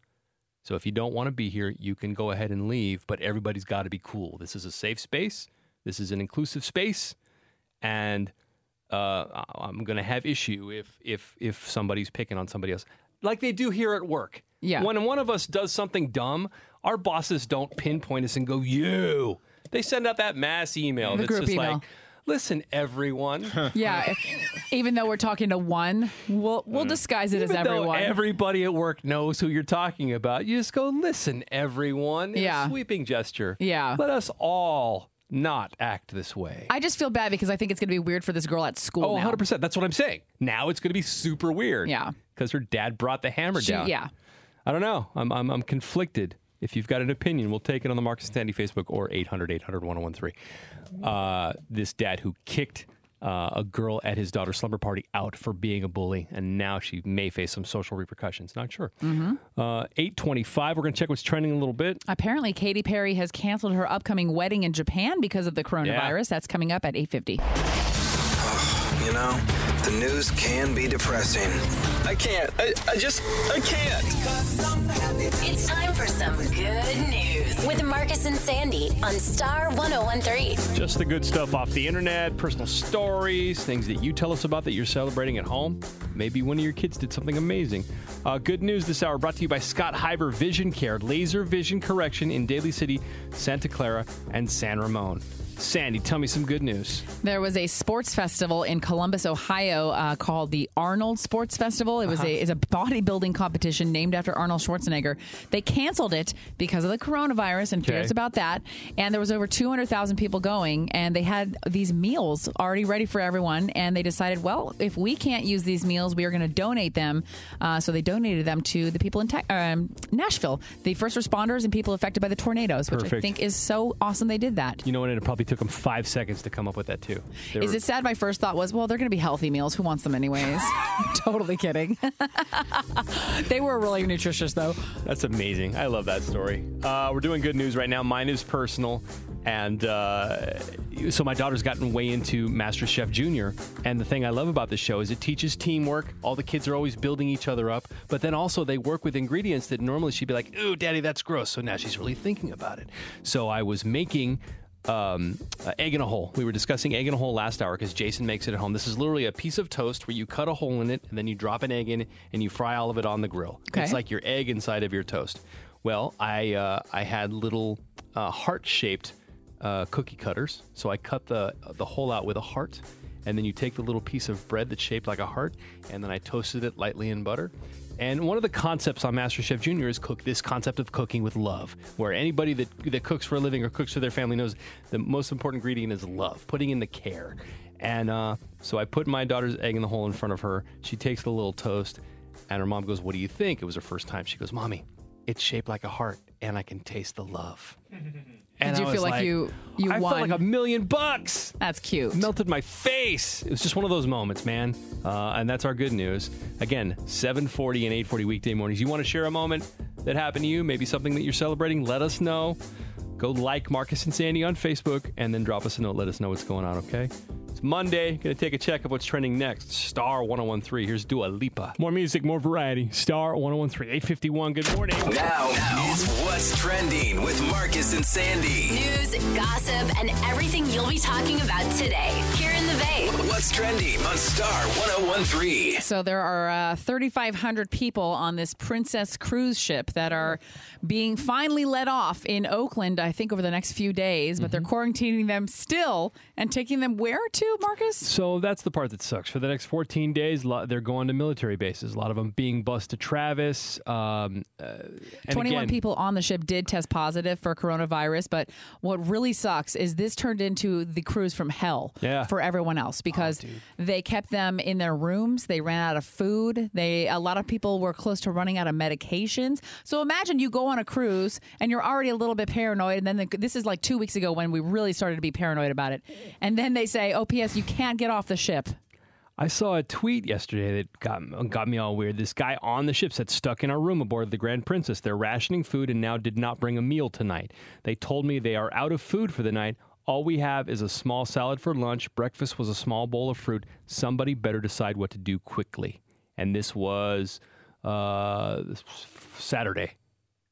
So if you don't want to be here, you can go ahead and leave, but everybody's got to be cool. This is a safe space, this is an inclusive space, and uh, I- I'm going to have issue if if if somebody's picking on somebody else, like they do here at work.
Yeah.
When one of us does something dumb, our bosses don't pinpoint us and go, "You." They send out that mass email
The
that's
group
just like,
email.
"Listen, everyone."
yeah. Even though we're talking to one, we'll we'll disguise it as
Mm. Even though
everyone.
Everybody at work knows who you're talking about. You just go, listen, everyone. in a
Yeah.
sweeping gesture.
Yeah.
Let us all not act this way.
I just feel bad because I think it's going to be weird for this girl at school.
Oh,
now.
100%. That's what I'm saying. Now it's going to be super weird.
Yeah.
Because her dad brought the hammer
She-
down.
yeah.
I don't know. I'm, I'm, I'm conflicted. If you've got an opinion, we'll take it on the Marcus and Sandy Facebook or 800 800 1013. Uh, this dad who kicked uh, a girl at his daughter's slumber party out for being a bully, and now she may face some social repercussions. Not sure.
Mhm.
Uh, 825, we're going to check what's trending a little bit.
Apparently, Katy Perry has canceled her upcoming wedding in Japan because of the coronavirus. That's coming up at 8:50.
You know, the news can be depressing. I can't. I, I just, I can't.
It's time for some good news with Marcus and Sandy on Star 1013.
Just the good stuff off the internet, personal stories, things that you tell us about that you're celebrating at home. Maybe one of your kids did something amazing. Uh, good news this hour brought to you by Scott Hyber Vision Care, laser vision correction in Daly City, Santa Clara, and San Ramon. Sandy, tell me some good news.
There was a sports festival in Columbus, Ohio, uh, called the Arnold Sports Festival. It was a, it's a bodybuilding competition named after Arnold Schwarzenegger. They canceled it because of the coronavirus and
Okay.
fears about that. And there was over 200,000 people going, and they had these meals already ready for everyone. And they decided, well, if we can't use these meals, we are going to donate them. Uh, so they donated them to the people in Te- um, Nashville, the first responders and people affected by the tornadoes, which I
Perfect.
think is so awesome they did that.
You know what? It probably took them five seconds to come up with that, too. They
Is
were-
it sad? My first thought was, well, they're going to be healthy meals. Who wants them anyways? totally kidding. they were really nutritious, though.
That's amazing. I love that story. Uh, we're doing good news right now. Mine is personal. And uh, so my daughter's gotten way into MasterChef Junior. And the thing I love about this show is it teaches teamwork. All the kids are always building each other up. But then also they work with ingredients that normally she'd be like, ooh, daddy, that's gross. So now she's really thinking about it. So I was making um, uh, egg in a hole. We were discussing egg in a hole last hour because Jason makes it at home. This is literally a piece of toast where you cut a hole in it and then you drop an egg in and you fry all of it on the grill.
Okay.
It's like your egg inside of your toast. Well, I uh, I had little uh, heart shaped uh, cookie cutters, so I cut the the hole out with a heart. And then you take the little piece of bread that's shaped like a heart, and then I toasted it lightly in butter. And one of the concepts on MasterChef Junior is cook this concept of cooking with love, where anybody that, that cooks for a living or cooks for their family knows the most important ingredient is love, putting in the care. And uh, so I put my daughter's egg in the hole in front of her. She takes the little toast, and her mom goes, What do you think? It was her first time. She goes, Mommy, it's shaped like a heart, and I can taste the love. And I
Did you
was
feel like, you you
I
won?
felt like a million bucks.
That's cute.
Melted my face. It was just one of those moments, man. Uh, and that's our good news. Again, 740 and 840 weekday mornings. You want to share a moment that happened to you, maybe something that you're celebrating, let us know. Go like Marcus and Sandy on Facebook and then drop us a note. Let us know what's going on, okay? It's Monday. Gonna take a check of what's trending next. Star 1013. Here's Dua Lipa. More music, more variety. Star 1013, 851. Good morning.
Now, it's What's Trending with Marcus and Sandy.
News, gossip, and everything you'll be talking about today here in the Bay.
What's Trending on Star 1013.
So there are uh, 3,500 people on this Princess cruise ship that are being finally let off in Oakland. I think over the next few days, but they're quarantining them still and taking them where to, Marcus?
So that's the part that sucks. For the next 14 days, lo- they're going to military bases. A lot of them being bused to Travis. Um, uh, and
21
again,
people on the ship did test positive for coronavirus, but what really sucks is this turned into the cruise from hell
Yeah. Oh,
for everyone else because they kept them in their rooms, they ran out of food, they a lot of people were close to running out of medications. So imagine you go on a cruise and you're already a little bit paranoid and then the, this is like 2 weeks ago when we really started to be paranoid about it. And then they say, "Oh PS, you can't get off the ship."
I saw a tweet yesterday that got got me all weird. This guy on the ship said, "Stuck in our room aboard the Grand Princess. They're rationing food and now did not bring a meal tonight. They told me they are out of food for the night. All we have is a small salad for lunch. Breakfast was a small bowl of fruit. Somebody better decide what to do quickly." And this was uh, Saturday,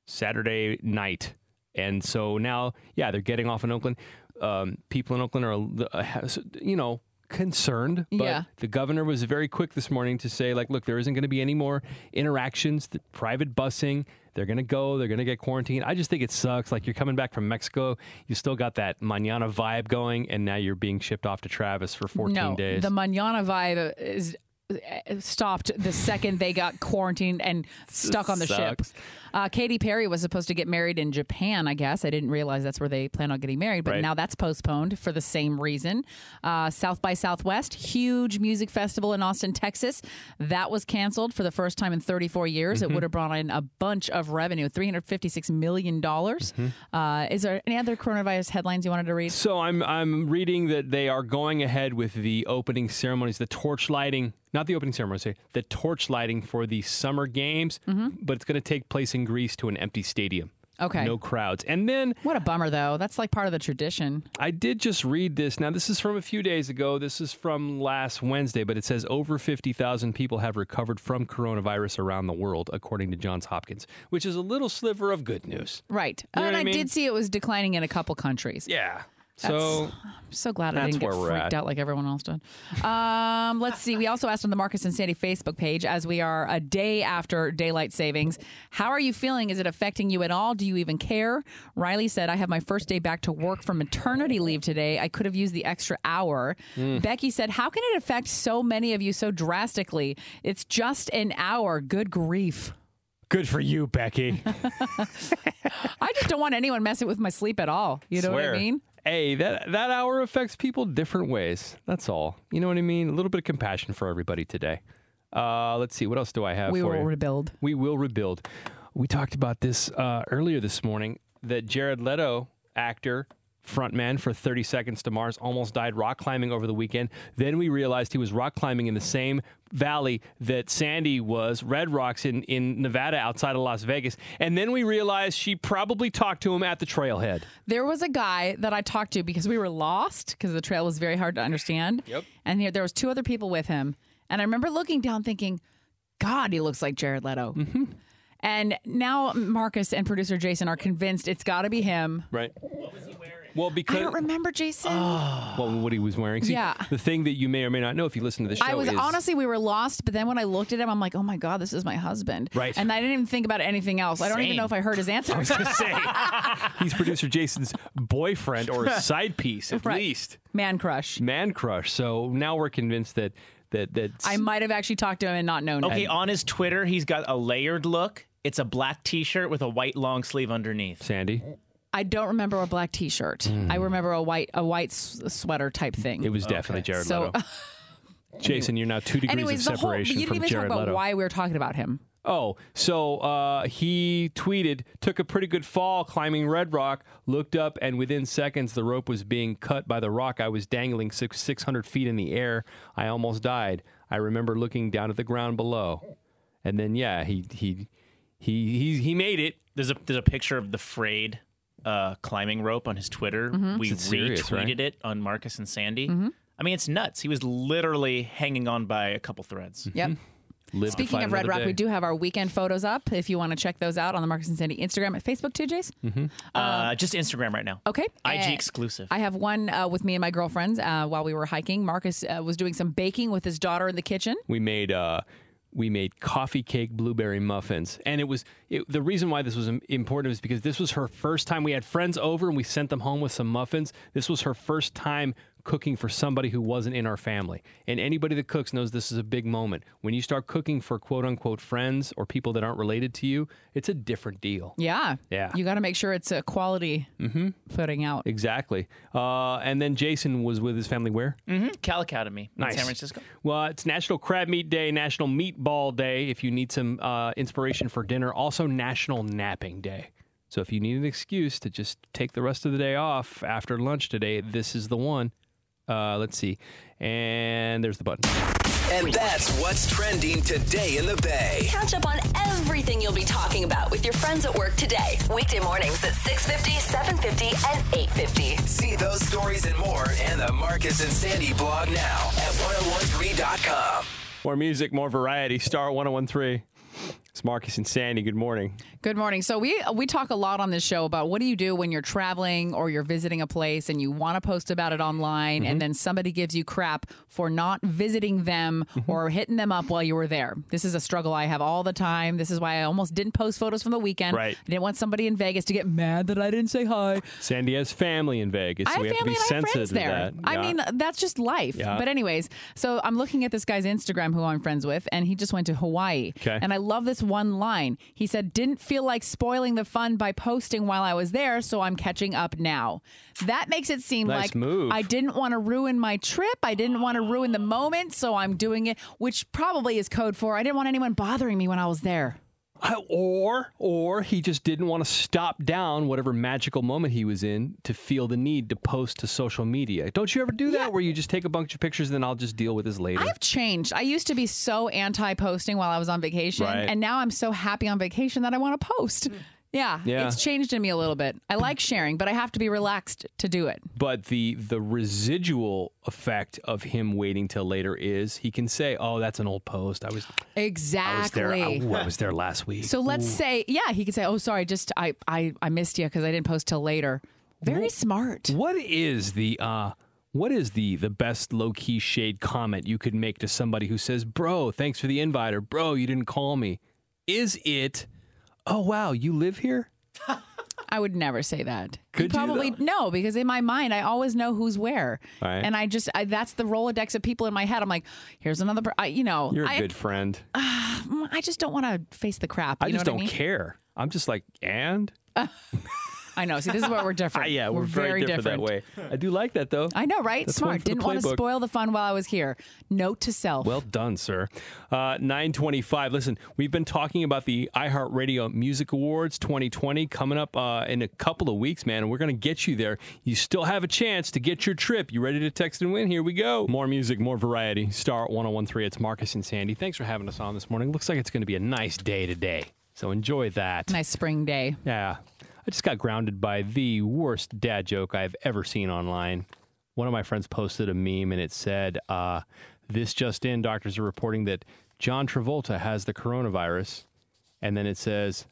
Saturday night, and so now, yeah, they're getting off in Oakland. Um, people in Oakland are, uh, you know, concerned, but
Yeah.
the governor was very quick this morning to say, like, look, there isn't going to be any more interactions, the private busing. They're going to go, they're going to get quarantined. I just think it sucks. Like, you're coming back from Mexico, you still got that manana vibe going, and now you're being shipped off to Travis for 14
no,
days.
The manana vibe is eh, stopped the second they got quarantined and stuck on the
Sucks.
ship. Uh, Katy Perry was supposed to get married in Japan, I guess. I didn't realize that's where they plan on getting married, but
Right.
now that's postponed for the same reason. Uh, South by Southwest, huge music festival in Austin, Texas, that was canceled for the first time in 34 years. It
Mm-hmm.
Mhm.
would have brought in a bunch of revenue, $356 million.
Mm-hmm.
Uh, is there any other coronavirus headlines you wanted to read?
So I'm I'm reading that they are going ahead with the opening ceremonies, the torch lighting, not the opening ceremonies, sorry, the torch lighting for the summer games, but it's going to take place in Greece to an empty stadium.
Mm-hmm. Okay.
No crowds. And then
What a bummer, though. That's like part of the tradition.
I did just read this. Now this is from a few days ago. This is from last Wednesday, but it says over 50,000 people have recovered from coronavirus around the world according to Johns Hopkins, which is a little sliver of good news.
Right. Oh,
You know
and
what
I,
I mean?
did see it was declining in a couple countries.
Yeah. So
I'm so glad I
that's
didn't get
where we're
freaked
at.
out like everyone else did. Um, let's see. We also asked on the Marcus and Sandy Facebook page as we are a day after daylight savings. How are you feeling? Is it affecting you at all? Do you even care? Riley said, I have my first day back to work from maternity leave today. I could have used the extra hour.
Hmm.
Mm.
Becky said, How can it affect so many of you so drastically? It's just an hour. Good grief.
good for you, Becky.
I just don't want anyone messing with my sleep at all. You know
Swear.
what I mean?
Hey, that that hour affects people different ways. That's all. You know what I mean? A little bit of compassion for everybody today. Uh, let's see. What else do I have
We
for
will
you?
rebuild.
We will rebuild. We talked about this uh, earlier this morning that Jared Leto, actor, frontman for 30 Seconds to Mars, almost died rock climbing over the weekend. Then we realized he was rock climbing in the same valley that Sandy was, Red Rocks in, in Nevada outside of Las Vegas. And then we realized she probably talked to him at the trailhead.
There was a guy that I talked to because we were lost because the trail was very hard to understand. Yep. And there, there was two other people with him, and I remember looking down, thinking, "God, he looks like Jared Leto."
Mm-hmm.
And now Marcus and producer Jason are convinced it's got to be him.
Right. What was he wearing? Well, because
I don't remember Jason.
uh, well, what he was wearing. See,
Yeah.
The thing that you may or may not know if you listen to the show
I was
is
honestly, we were lost, but then when I looked at him, I'm like, "Oh my God, this is my husband!"
Right.
And I didn't even think about anything else. I don't even
Same.
know if I heard his answer.
I was gonna say. he's producer Jason's boyfriend or side piece at
Right.
least.
Man crush.
Man crush. So now we're convinced that that that
I might have actually talked to him and not known.
Okay,
him.
on his Twitter, he's got a layered look. It's a black T-shirt with a white long sleeve underneath.
Sandy,
I don't remember a black T-shirt. I remember a white a white s- sweater type thing.
Hmm. it was definitely Jared
so,
Leto. Jason, you're now two degrees
Anyways, the
of
whole, but
separation
you didn't
from
even talk
Jared
about
Leto.
why we were talking about him.
Oh, so uh, he tweeted, took a pretty good fall climbing Red Rock, looked up, and within seconds, the rope was being cut by the rock. I was dangling six, 600 feet in the air. I almost died. I remember looking down at the ground below. And then, yeah, he he he he, he made it.
There's a there's a picture of the frayed uh, climbing rope on his Twitter.
Mhm.
We
It's serious,
retweeted
right?
it on Marcus and Sandy.
Mhm.
I mean, it's nuts. He was literally hanging on by a couple threads.
Yep.
Lived to
Speaking
fight
of Red
another
Rock, we
day.
do have our weekend photos up. If you want to check those out on the Marcus and Sandy Instagram and Facebook too, Jace.
Hmm.
Uh, just Instagram right now.
Okay.
IG
Uh,
exclusive.
I have one uh, with me and my girlfriends uh, while we were hiking. Marcus uh, was doing some baking with his daughter in the kitchen.
We made uh, we made coffee cake blueberry muffins, and it was it, the reason why this was im- important is because this was her first time. We had friends over, and we sent them home with some muffins. This was her first time cooking for somebody who wasn't in our family, and anybody that cooks knows this is a big moment. When you start cooking for quote unquote friends or people that aren't related to you, it's a different deal.
Yeah.
Yeah.
You got to make sure it's a quality
Mm-hmm.
putting out.
Exactly. Uh, and then Jason was with his family where?
Mm-hmm. Cal Academy in
Nice.
San Francisco.
Well, it's National Crab Meat Day, National Meatball Day if you need some uh, inspiration for dinner. Also, National Napping Day. So if you need an excuse to just take the rest of the day off after lunch today, this is the one. Uh, let's see. And there's the button.
And that's what's trending today in the Bay.
Catch up on everything you'll be talking about with your friends at work today. Weekday mornings at 6.50, 7.50, and 8.50.
See those stories and more in the Marcus and Sandy blog now at 1013.com.
More music, more variety. Star 1013. It's Marcus and Sandy. Good morning.
Good morning. So we we talk a lot on this show about what do you do when you're traveling or you're visiting a place and you want to post about it online and then somebody gives you crap for not visiting them or hitting them up while you were there. This is a struggle I have all the time. This is why I almost didn't post photos from the weekend.
Right.
I didn't want somebody in Vegas to get mad that I didn't say hi.
Sandy has family in Vegas, so
I have
we have to
family
be
and I have
sensitive
friends
to
there.
that.
I
Yeah.
mean, that's just life.
Yeah.
But anyways, so I'm looking at this guy's Instagram who I'm friends with, and he just went to Hawaii.
'Kay.
And I love this one line. He said, "Didn't feel like spoiling the fun by posting while I was there, so I'm catching up now." That makes it seem
Nice
like
move.
I didn't want to ruin my trip. I didn't want to ruin the moment, so I'm doing it, which probably is code for I didn't want anyone bothering me when I was there.
I- or or he just didn't want to stop down whatever magical moment he was in to feel the need to post to social media. Don't you ever do that where you just take a bunch of pictures and then I'll just deal with this later?
I've changed. I used to be so anti posting while I was on vacation,
Right.
and now I'm so happy on vacation that I want to post. Yeah,
Yeah.
it's changed in me a little bit. I like sharing, but I have to be relaxed to do it.
but the the residual effect of him waiting till later is he can say, "Oh, that's an old post. I was I was there.
Exactly.
I, ooh, I was there last week."
So let's
Ooh.
say, yeah, he could say, "Oh, sorry, just I I, I missed you because I didn't post till later." Very smart.
What is the uh what is the the best low key shade comment you could make to somebody who says, "Bro, thanks for the invite," or "Bro, you didn't call me"? Is it, "Oh wow, you live here"?
I would never say that.
Could you,
probably no, because in my mind I always know who's where,
Right.
and I just I, that's the rolodex of people in my head. I'm like, here's another. Per- I, you know,
You're a
I,
good friend.
Mm, I just don't want to face the crap.
I
you know
just
what
don't
mean?
care. I'm just like, and Ah,
I know. See, this is where we're different.
yeah, we're, very, different, that way. I do like that though.
I know, right?
That's one
Smart.
for the
Didn't want to
playbook.
spoil the fun while I was here. Note to self.
Well done, sir. Uh, 925. Listen, we've been talking about the iHeartRadio Music Awards 2020 coming up uh, in a couple of weeks, man, and we're going to get you there. You still have a chance to get your trip. You ready to text and win? Here we go. More music, more variety. Star 1013. It's Marcus and Sandy. Thanks for having us on this morning. Looks like it's going to be a nice day today. So enjoy that.
Nice spring day.
Yeah. I just got grounded by the worst dad joke I've ever seen online. One of my friends posted a meme and it said, uh, This just in, doctors are reporting that John Travolta has the coronavirus. And then it says,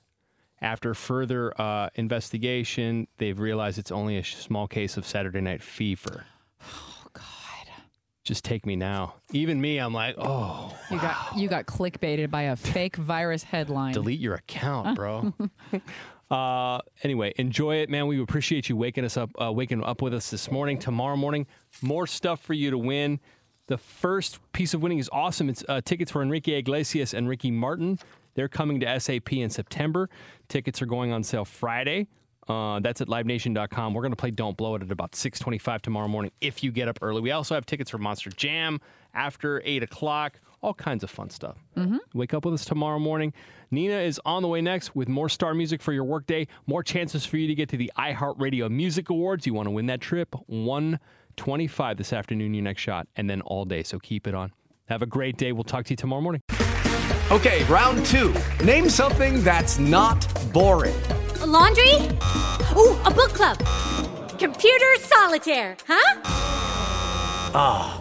After further uh, investigation, they've realized it's only a sh- small case of Saturday night fever. Oh, God. Just take me now. Even me, I'm like, Oh,
You got you got clickbaited by a fake virus headline.
delete your account, bro. Uh, anyway, enjoy it, man. We appreciate you waking us up, uh, waking up with us this morning. Tomorrow morning, more stuff for you to win. The first piece of winning is awesome. It's uh, tickets for Enrique Iglesias and Ricky Martin. They're coming to SAP in September. Tickets are going on sale Friday. Uh, that's at livenation.com. We're going to play Don't Blow It at about 625 tomorrow morning if you get up early. We also have tickets for Monster Jam after 8 o'clock. All kinds of fun stuff. Mm-hmm. Wake up with us tomorrow morning. Nina is on the way next with more star music for your workday, more chances for you to get to the iHeartRadio Music Awards. You want to win that trip. 125 this afternoon, your next shot, and then all day. So keep it on. Have a great day. We'll talk to you tomorrow morning.
Okay, round two. Name something that's not boring.
laundry? Ooh, a book club. Computer solitaire, huh?
Ah,